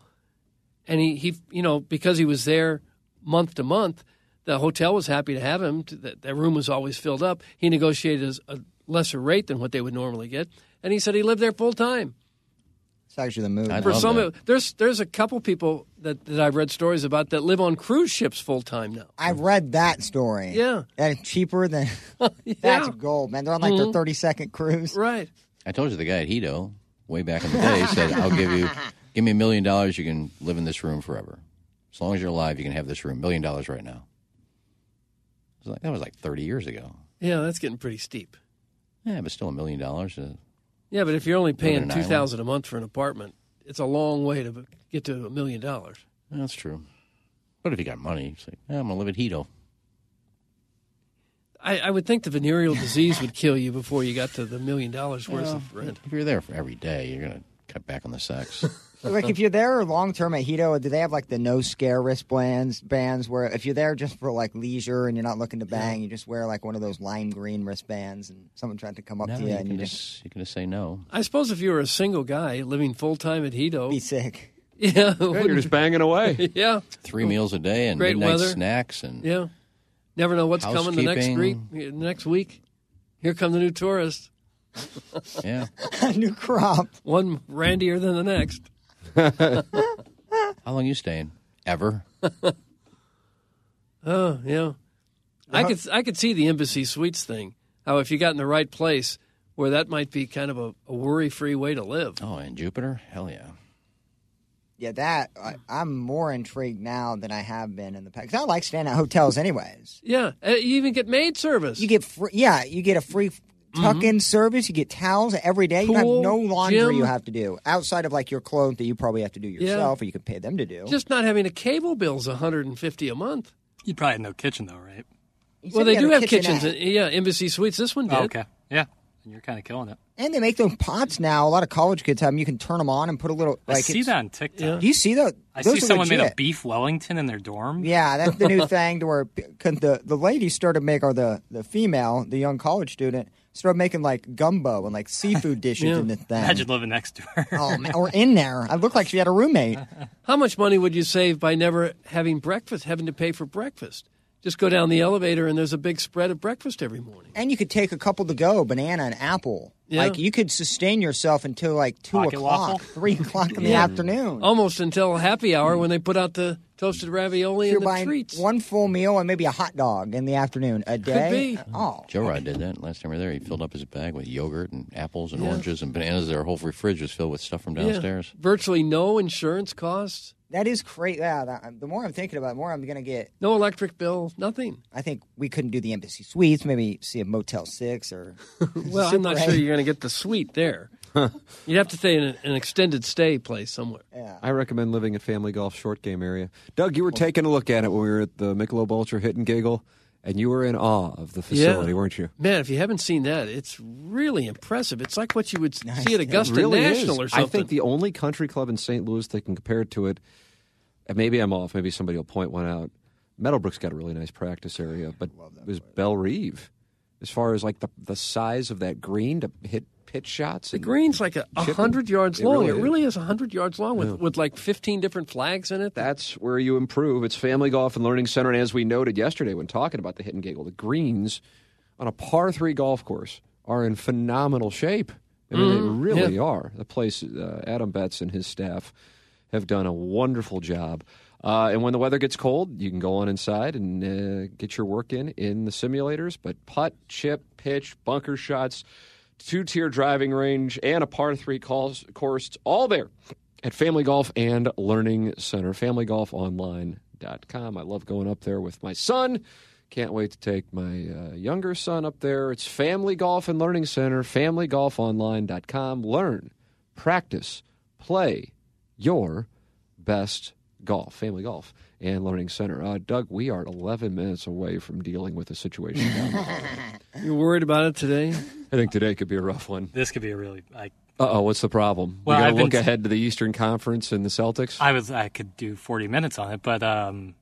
and he, he you know because he was there month to month, the hotel was happy to have him. To, that, that room was always filled up. He negotiated a lesser rate than what they would normally get, and he said he lived there full time.
It's actually the move.
For some, of- there's there's a couple people that, that I've read stories about that live on cruise ships full time now.
I've read that story.
Yeah.
And it's cheaper than that's gold, man. They're on like
Mhm.
their thirty second cruise.
Right.
I told you the guy at Hito way back in the day said, "I'll give you, give me a million dollars, you can live in this room forever, as long as you're alive, you can have this room. Million dollars right now." It was like- that was like 30 years ago.
Yeah, that's getting pretty steep.
Yeah, but still a million dollars. uh,
Yeah, but if you're only
Living
paying
in an
two
island.
thousand a month for an apartment, it's a long way to get to a million dollars.
That's true. But if you got money, it's like, "Yeah, I'm gonna live at Hito.
I, I would think the venereal disease would kill you before you got to the million dollars worth
Well,
of rent.
If you're there for every day, you're gonna cut back on the sex.
like if you're there long term at Hito, do they have like the no scare wristbands bands where if you're there just for like leisure and you're not looking to bang, you just wear like one of those lime green wristbands and someone tried to come up
no,
to
you
you and
can
you
just,
just
you can just say no.
I suppose if you were a single guy living full time at Hito, be
sick.
Yeah,
you're just banging away.
yeah,
Three meals a day and
Great
midnight
weather.
snacks and
yeah. Never know what's coming the next week.
Housekeeping.
Next week, here come the new tourists.
yeah.
a new crop.
One randier than the next.
How long you staying? Ever?
Oh yeah, I could I could see the embassy suites thing. How if you got in the right place, where that might be kind of a, a worry free way to live.
Oh, and Jupiter? Hell yeah.
Yeah, that
Hmm.
I, I'm more intrigued now than I have been in the past. 'Cause I like staying at hotels anyways.
Yeah, uh, you even get maid service.
You get free, yeah, you get a free tuck in service. You get towels every day. you
Mm-hmm. Pool,
have no laundry you
gym.
have to do outside of like your clothes that you probably have to do yourself or you can pay them to do.
Just not having a cable bill's 150 a month.
You probably had no kitchen though, right?
Well,
You said
they
you
do
had
have
a
kitchens.
kitchenette.
uh, Yeah, Embassy Suites. This one did.
Oh, okay. Yeah. And you're kind of killing it.
And they make those pots now. A lot of college kids have them. You can turn them on and put a little. Like
I see
it's-
that on TikTok.
Do you see that?
I
Those
see
are
someone made a
legit.
beef Wellington in their dorm.
Yeah, that's the new thing to where p- could the the lady started making or the the female, the young college student started making like gumbo and like seafood dishes
Yeah.
in the thing.
Imagine living next to her.
Oh man, or in there. I looked like she had a roommate.
How much money would you save by never having breakfast, having to pay for breakfast? Just go down the elevator and there's a big spread of breakfast every morning.
And you could take a couple to go, banana and apple.
Yeah.
Like you could sustain yourself until like two
Pocket
o'clock,
waffle?
three o'clock in the
Yeah.
afternoon.
Almost until happy hour when they put out the toasted ravioli
You're
and the
buying
treats.
one full meal and maybe a hot dog in the afternoon a day.
be.
Oh,
Joe Rod did that last time we were there. He filled up his bag with yogurt and apples and
Yeah.
oranges and bananas. Their whole fr- fridge was filled with stuff from
Yeah.
downstairs.
Virtually no insurance costs,
that is great. Yeah, that, uh, the more I'm thinking about, it, the more I'm gonna get.
no electric bill, nothing.
I think we couldn't do the Embassy Suites. Maybe see a Motel Six or
Well, I'm not
Super
sure
A.
you're going to get the suite there. You'd have to stay in a- an extended stay place somewhere.
yeah.
I recommend living at Family Golf short game area. Doug, you were taking a look at it when we were at the Michelob Ultra Hit and Giggle, and you were in awe of the facility,
Yeah.
weren't you?
Man, if you haven't seen that, it's really impressive. It's like what you would
Nice.
see at
It
Augusta
really
National
is.
or something.
I think the only country club in St. Louis that can compare to it, and maybe I'm off, maybe somebody will point one out. Meadowbrook's got a really nice practice area, but it was Belle Reeve as far as like the, the size of that green to hit pitch shots.
The
and
green's like a, a
chipping.
hundred yards
It
long.
really
it
is.
really is a hundred yards long with, with like fifteen different flags in it.
That's where you improve. It's Family Golf and Learning Center. And as we noted yesterday when talking about the hit and giggle, the greens on a par three golf course are in phenomenal shape. I mean, they really are. The place, uh, Adam Betts and his staff have done a wonderful job. Uh, and when the weather gets cold, you can go on inside and uh, get your work in in the simulators. But putt, chip, pitch, bunker shots, two tier driving range, and a par three calls, course, it's all there at Family Golf and Learning Center, familygolfonline.com. I love going up there with my son. Can't wait to take my uh, younger son up there. It's Family Golf and Learning Center, familygolfonline.com. Learn, practice, play your best golf. Family Golf and Learning Center. Uh, Doug, we are 11 minutes away from dealing with the situation. down there.
You're worried about it today?
I think today could be a rough one.
This could be a really. I,
Uh oh, what's the problem?
Well,
we got
I've
to
been
look
t-
ahead to the Eastern Conference and the Celtics.
I was. I could do 40 minutes on it, but um,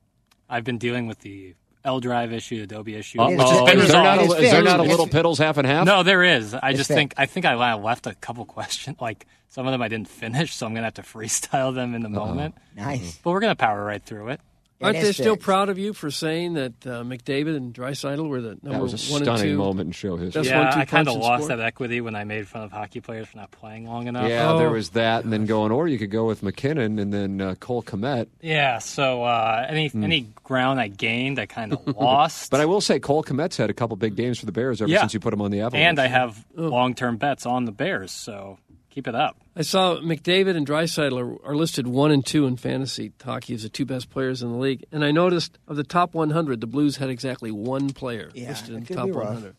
I've been dealing with the L Drive issue, Adobe issue,
Uh-oh.
which has been
is there not a,
resolved.
It's
is there not a
fixed.
little piddles half and half?
No, there is. I just
fixed.
think I think I la- left a couple questions. Like some of them I didn't finish, so I'm gonna have to freestyle them in the moment.
nice.
But we're gonna power right through it.
Aren't
It
they
is
still
six.
proud of you for saying that uh, McDavid and Dreisaitl were the number
That was a
one and
stunning
two?
moment in show history.
Best
yeah,
one-two
I kind
punch
of
in
lost
sport?
that equity when I made fun of hockey players for not playing long enough.
Yeah, there was that, and then going, or you could go with McKinnon and then uh, Cole Komet.
Yeah, so uh, any
Hmm.
any ground I gained, I kind of lost,
But I will say, Cole Komet's had a couple big games for the Bears ever
Yeah.
since you put him on the Avalanche.
and I have long term bets on the Bears, so keep it up.
I saw McDavid and Dreisaitl are, are listed one and two in fantasy hockey as the two best players in the league. And I noticed of the top 100, the Blues had exactly one player listed in the
could
top
be rough.
100.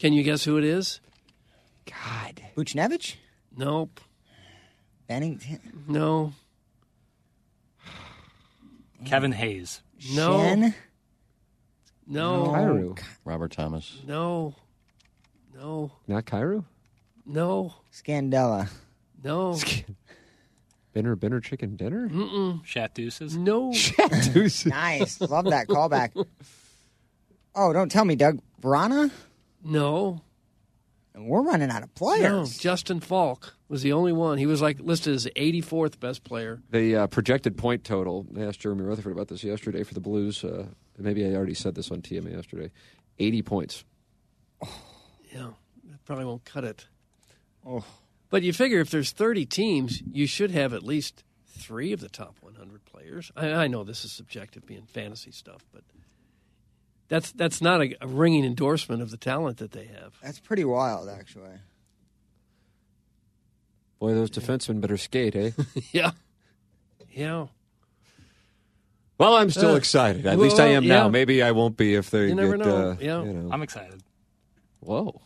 Can you guess who it is?
Buchnevich?
Nope.
Bennington?
No.
Kevin Hayes,
No. Oh.
Shen?
No.
Cairo.
Robert Thomas.
No. No.
Not Cairo?
No.
Scandella.
No.
Binner, Binner, Chicken Dinner?
Mm-mm.
Shat Deuces.
No.
nice. Love that callback. Oh, don't tell me, Doug. Brana?
No.
We're running out of
No.
players.
Justin Falk was the only one. He was like listed as the 84th best player.
The uh, projected point total, I asked Jeremy Rutherford about this yesterday for the Blues. Uh, maybe I already said this on TMA yesterday 80 points.
Yeah. That probably won't cut it.
Oh.
But you figure if there's 30 teams, you should have at least three of the top 100 players. I, I know this is subjective, being fantasy stuff, but that's that's not a, a ringing endorsement of the talent that they have.
That's pretty wild, actually.
Boy, those defensemen better skate, eh?
yeah. Yeah.
well, I'm still
Uh,
excited. At
well,
least I am now.
yeah.
Maybe I won't be if they
You
get.
never know.
Uh,
Yeah.
you know.
I'm excited.
Whoa.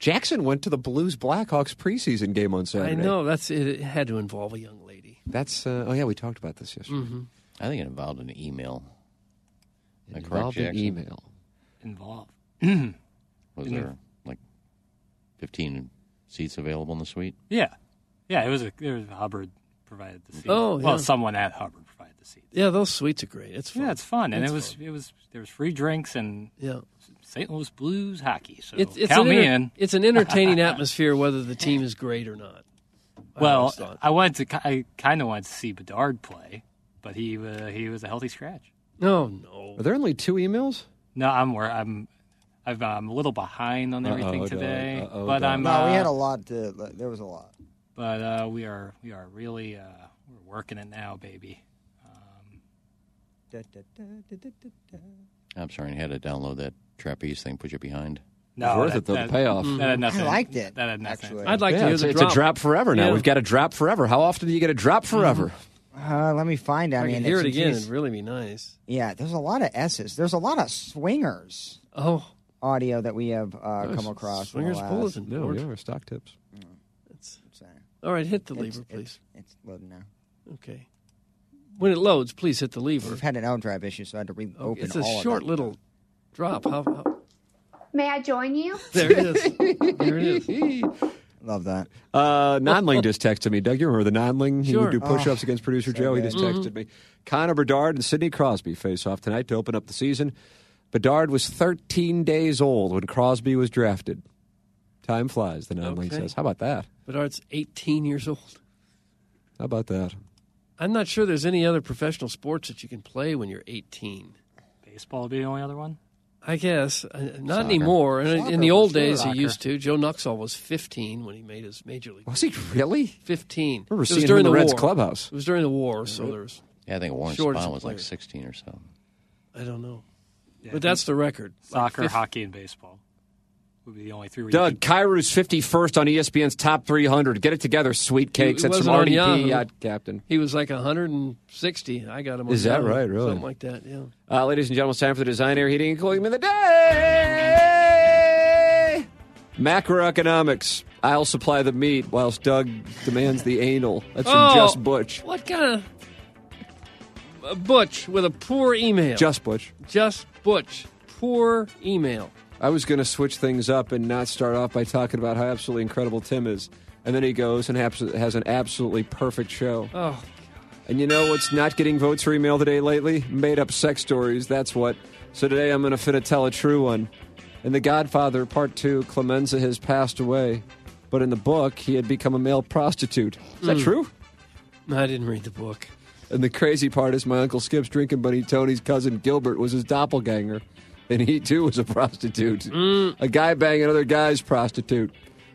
Jackson went to the Blues Blackhawks preseason game on Saturday.
I know that's it, it had to involve a young lady.
That's, uh, oh, yeah, we talked about this yesterday.
Mhm.
I think it involved an email. Am I correct,
Involved an
Jackson?
email.
Involved.
Was
Didn't-
there like 15 seats available in the suite?
Yeah, yeah, it was a it was Hubbard provided the seat.
Oh, yeah.
well, someone at Hubbard provided the seat.
Yeah, those suites are great. It's fun.
Yeah, it's fun, and
It's
it was it was there was free drinks and
Yeah.
St. Louis Blues hockey. So
It's, it's
count
an
me
enter-
in.
It's an entertaining atmosphere, whether the team is great or not. I
Well,
always thought.
I wanted to. I kind of wanted to see Bedard play, but he uh, he was a healthy scratch.
no, no.
Are there only two emails?
No, I'm where I'm. I've, I'm a little behind on everything
Uh-oh, dog.
today,
Uh-oh,
but
dog.
I'm.
No, we
uh,
had a lot to. There was a lot.
But uh, we are we are really uh, we're working it now, baby. Um,
Da, da, da, da, da, da, da.
I'm sorry, I had to download that trapeze thing, put you behind.
no,
worth
that-
it, though, the
that-
payoff.
That had nothing.
I liked it,
That had nothing.
actually.
Mm-hmm. I'd like
Yeah,
to hear
it's,
the
it's
drop.
a drop forever now.
Yeah. Mm-hmm.
We've got a drop forever. How often do you get a drop forever?
Uh, let me find. it. I,
I,
mean,
could hear
it's-
it again.
geez.
It'd really be nice.
Yeah, there's a lot of S's. There's a lot of swingers
Oh,
audio that we have uh,
Nice.
come across. in the
swingers
last-
bulletin
No,
board.
yeah, our stock tips.
It's-
Sorry.
all right, hit the
It's-
lever, please.
it's- It's loading now.
Okay. When it loads, please hit the lever.
We've had an L drive issue, so I had to reopen
Okay, it's
all
a
of
short
them.
little drop. How, how-
May I join you?
there it is. there it is.
Love that.
Uh, Nonling just texted me. Doug, you remember the Nonling? He
Sure. Oh,
would do push-ups against producer Joe. He just texted
Mm-hmm.
me. Connor Bedard and Sidney Crosby face off tonight to open up the season. Bedard was 13 days old when Crosby was drafted. Time flies, the Nonling
Okay.
says. How about that?
Bedard's 18 years old.
How about that?
I'm not sure there's any other professional sports that you can play when you're 18.
Baseball would be the only other one.
I guess uh, not
Soccer.
anymore. In-
Soccer,
in the old
for sure.
days,
Soccer.
he used to. Joe Nuxall was 15 when he made his major league.
Was he really?
15.
I remember
it
seeing
was
him
during
in the Reds
war.
clubhouse.
It was during the war, so there's
Yeah, I think Warren
Shortest
Spahn was like
player.
16 or so.
I don't know,
Yeah,
but that's the record. Like
soccer,
fif-
hockey, and baseball would be the only three. where you
Doug,
could-
Cairo's 51st on E ESPN's Top 300. Get it together, sweet cakes.
It
That's some
wasn't on
RDP
Yahoo.
yacht captain.
He was like 160. I got him. On
Is that
Yahoo,
right? Really?
Something like that. Yeah.
Uh, ladies and gentlemen, it's time for the Design Air Heating and Cooling Man of the Day. Macroeconomics. I'll supply the meat whilst Doug demands the anal. That's from
Oh.
Just Butch.
What kind of a butch with a poor email?
Just Butch.
Just butch. Poor email.
I was going to switch things up and not start off by talking about how absolutely incredible Tim is. And then he goes and abso- has an absolutely perfect show.
Oh,
And you know what's not getting votes for email today lately? Made up sex stories, that's what. So today I'm going to finna tell a true one. In The Godfather Part 2, Clemenza has passed away, but in the book, he had become a male prostitute. Is that true?
I didn't read the book.
And the crazy part is, my uncle Skip's drinking buddy Tony's cousin Gilbert was his doppelganger, and he too was a prostitute. A guy banging another guy's prostitute.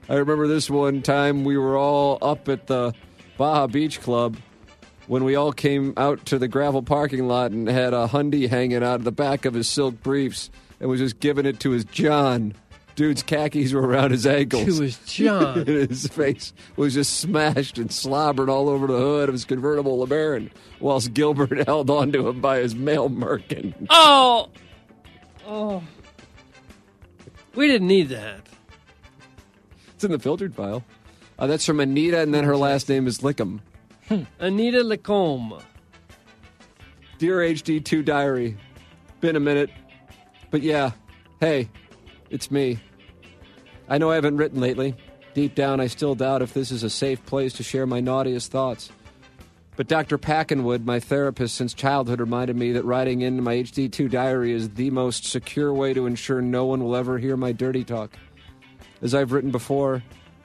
I remember this one time we were all up at the Baja Beach Club when we all came out to the gravel parking lot and had a Hyundai hanging out of the back of his silk briefs and was just giving it to his John. Dude's khakis were around his ankles.
To his John.
And his face was just smashed and slobbered all over the hood of his convertible LeBaron, whilst Gilbert held onto him by his male merkin.
Oh, oh. We didn't need that.
It's in the filtered file. Uh, that's from Anita, and then her last name is Lickham.
Anita Lacombe.
Dear HD2 Diary, been a minute. But yeah, hey, it's me. I know I haven't written lately. Deep down, I still doubt if this is a safe place to share my naughtiest thoughts. But Dr. Packenwood, my therapist since childhood, reminded me that writing into my HD2 diary is the most secure way to ensure no one will ever hear my dirty talk. As I've written before,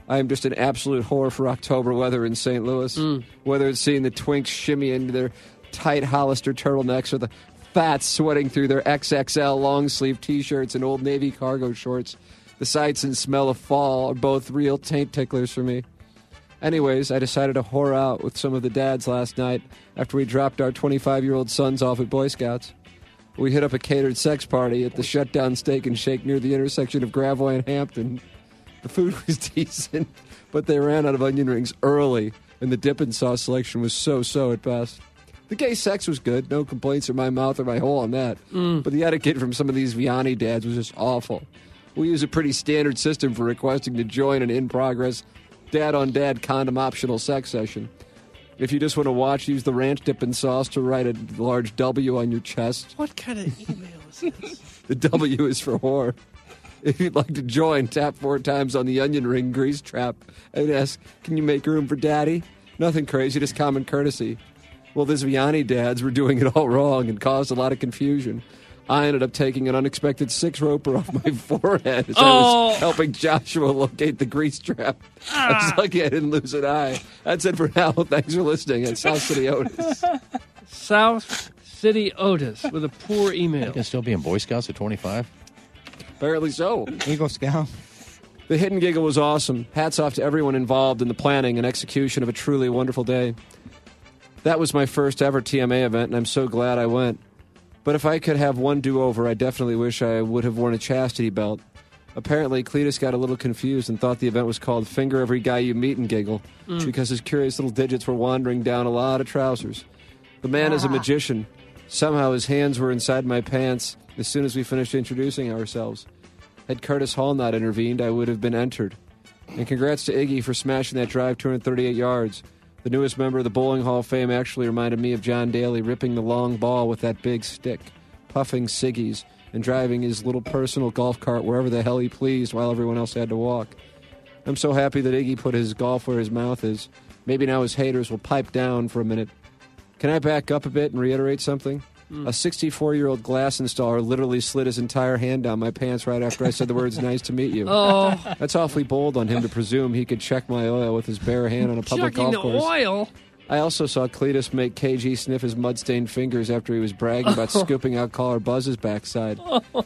I am just an absolute whore for October weather in St. Louis. Whether it's seeing the twinks shimmy into their tight Hollister turtlenecks or the fats sweating through their XXL long sleeve t shirts and old Navy cargo shorts, the sights and smell of fall are both real taint ticklers for me. Anyways, I decided to whore out with some of the dads last night after we dropped our 25 year old sons off at Boy Scouts. We hit up a catered sex party at the shutdown steak and shake near the intersection of Gravois and Hampton. The food was decent, but they ran out of onion rings early, and the dipping sauce selection was so so at best. The gay sex was good, no complaints in my mouth or my hole on that. But the etiquette from some of these Vianney dads was just awful. We use a pretty standard system for requesting to join an in progress dad on dad condom optional sex session. If you just want to watch, use the ranch dipping sauce to write a large W on your chest.
What kind of email is this?
The W is for whore. If you'd like to join, tap four times on the onion ring grease trap and ask, Can you make room for daddy? Nothing crazy, just common courtesy. Well, this Vianney dads were doing it all wrong and caused a lot of confusion. I ended up taking an unexpected six roper off my forehead as I
Oh.
was helping Joshua locate the grease trap. I was lucky I didn't lose an eye. That's it for now. Thanks for listening at South City Otis.
South City Otis with a poor email.
can still be in Boy Scouts at 25.
Apparently so.
Eagle Scout.
The Hidden Giggle was awesome. Hats off to everyone involved in the planning and execution of a truly wonderful day. That was my first ever TMA event, and I'm so glad I went. But if I could have one do over, I definitely wish I would have worn a chastity belt. Apparently, Cletus got a little confused and thought the event was called Finger Every Guy You Meet and Giggle
Mm.
because his curious little digits were wandering down a lot of trousers. The man is a magician. Somehow his hands were inside my pants as soon as we finished introducing ourselves. Had Curtis Hall not intervened, I would have been entered. And congrats to Iggy for smashing that drive 238 yards. The newest member of the Bowling Hall of Fame actually reminded me of John Daly ripping the long ball with that big stick, puffing ciggies, and driving his little personal golf cart wherever the hell he pleased while everyone else had to walk. I'm so happy that Iggy put his golf where his mouth is. Maybe now his haters will pipe down for a minute. Can I back up a bit and reiterate something?
Hmm.
A 64 year old glass installer literally slid his entire hand down my pants right after I said the words, nice to meet you.
Oh.
That's awfully bold on him to presume he could check my oil with his bare hand on a public
Chucking
golf
the
course.
oil.
I also saw Cletus make KG sniff his mud stained fingers after he was bragging about
Oh.
scooping out Caller Buzz's backside.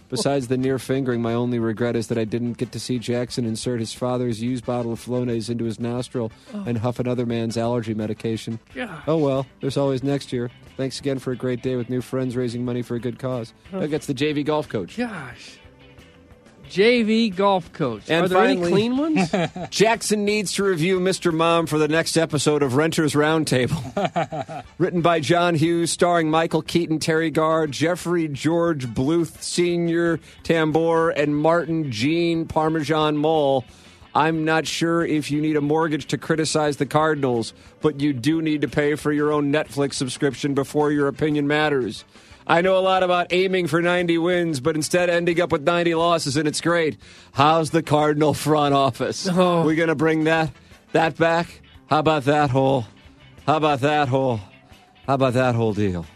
Besides the near fingering, my only regret is that I didn't get to see Jackson insert his father's used bottle of Flonase into his nostril
Oh.
and huff another man's allergy medication.
Gosh.
Oh well, there's always next year. Thanks again for a great day with new friends raising money for a good cause.
Oh.
That gets the JV golf coach.
Gosh. JV golf coach.
And
Are there
finally-
any clean ones?
Jackson needs to review Mr. Mom for the next episode of Renters Roundtable. Written by John Hughes, starring Michael Keaton, Terry Garr, Jeffrey George Bluth Sr., Tambor, and Martin Jean Parmesan Mole. I'm not sure if you need a mortgage to criticize the Cardinals, but you do need to pay for your own Netflix subscription before your opinion matters. I know a lot about aiming for 90 wins, but instead ending up with 90 losses, and it's great. How's the Cardinal front office? Oh. We're going to bring that that back. How about that whole? How about that whole? How about that whole deal?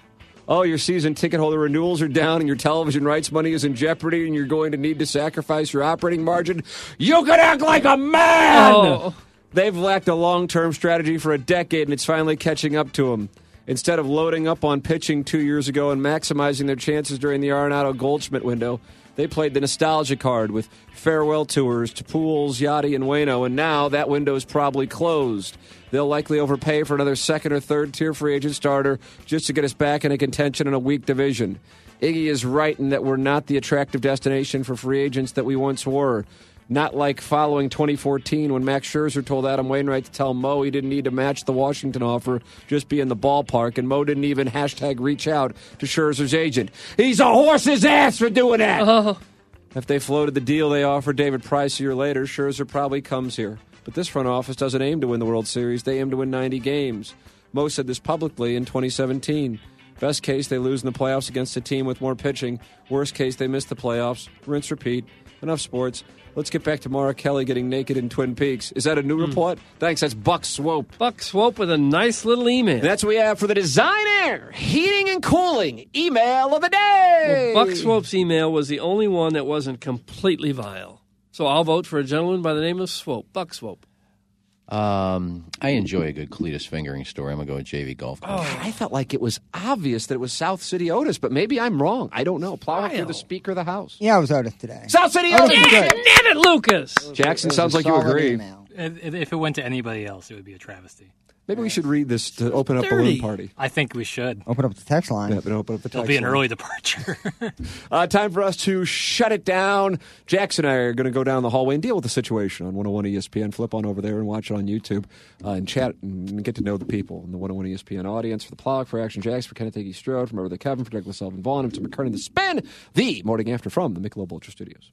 Oh, your season ticket holder renewals are down, and your television rights money is in jeopardy, and you're going to need to sacrifice your operating margin. You can act like a man. They've lacked a long term strategy for a decade, and it's finally catching up to them. Instead of loading up on pitching two years ago and maximizing their chances during the Arenado Goldschmidt window, they played the nostalgia card with farewell tours to Pools, Yachty, and Wayno, and now that window is probably closed. They'll likely overpay for another second or third tier free agent starter just to get us back into contention in a weak division. Iggy is right in that we're not the attractive destination for free agents that we once were. Not like following 2014 when Max Scherzer told Adam Wainwright to tell Mo he didn't need to match the Washington offer, just be in the ballpark, and Mo didn't even hashtag reach out to Scherzer's agent. He's a horse's ass for doing that. If they floated the deal they offered David Price a year later, Scherzer probably comes here. But this front office doesn't aim to win the World Series, they aim to win 90 games. Mo said this publicly in 2017. Best case, they lose in the playoffs against a team with more pitching. Worst case, they miss the playoffs. Rinse, repeat. Enough sports. Let's get back to Mara Kelly getting naked in Twin Peaks. Is that a new report? Thanks. That's Buck Swope.
Hmm. Buck Swope with a nice little email.
That's what we have for the designer heating and cooling email of the day.
Well, Buck Swope's email was the only one that wasn't completely vile. So I'll vote for a gentleman by the name of Swope. Buck Swope.
Um, I enjoy a good Cletus fingering story. I'm gonna go with JV Golf. Club.
Oh, I felt like it was obvious that it was South City Otis, but maybe I'm wrong. I don't know. Plowing through the Speaker of the House.
Yeah, I was out of today.
South City
Otis
Otis!
is good.
it, Lucas!
Jackson, sounds like you agree.
If if it went to anybody else, it would be a travesty.
Maybe we should read this to open up balloon party.
I think we should.
Open up the text line.
Yeah, but open up the
It'll
text
be an
line.
early departure.
Uh, time for us to shut it down. Jackson and I are going to go down the hallway and deal with the situation on 101 ESPN. Flip on over there and watch it on YouTube uh, and chat and get to know the people in the 101 ESPN audience. For the Plow, for Action Jacks, for Kenneth Iggy Strode, from Over the Kevin, for Douglas Elvin Vaughn, and for McKernan the Spin, the morning after from the Michelob Ultra Studios.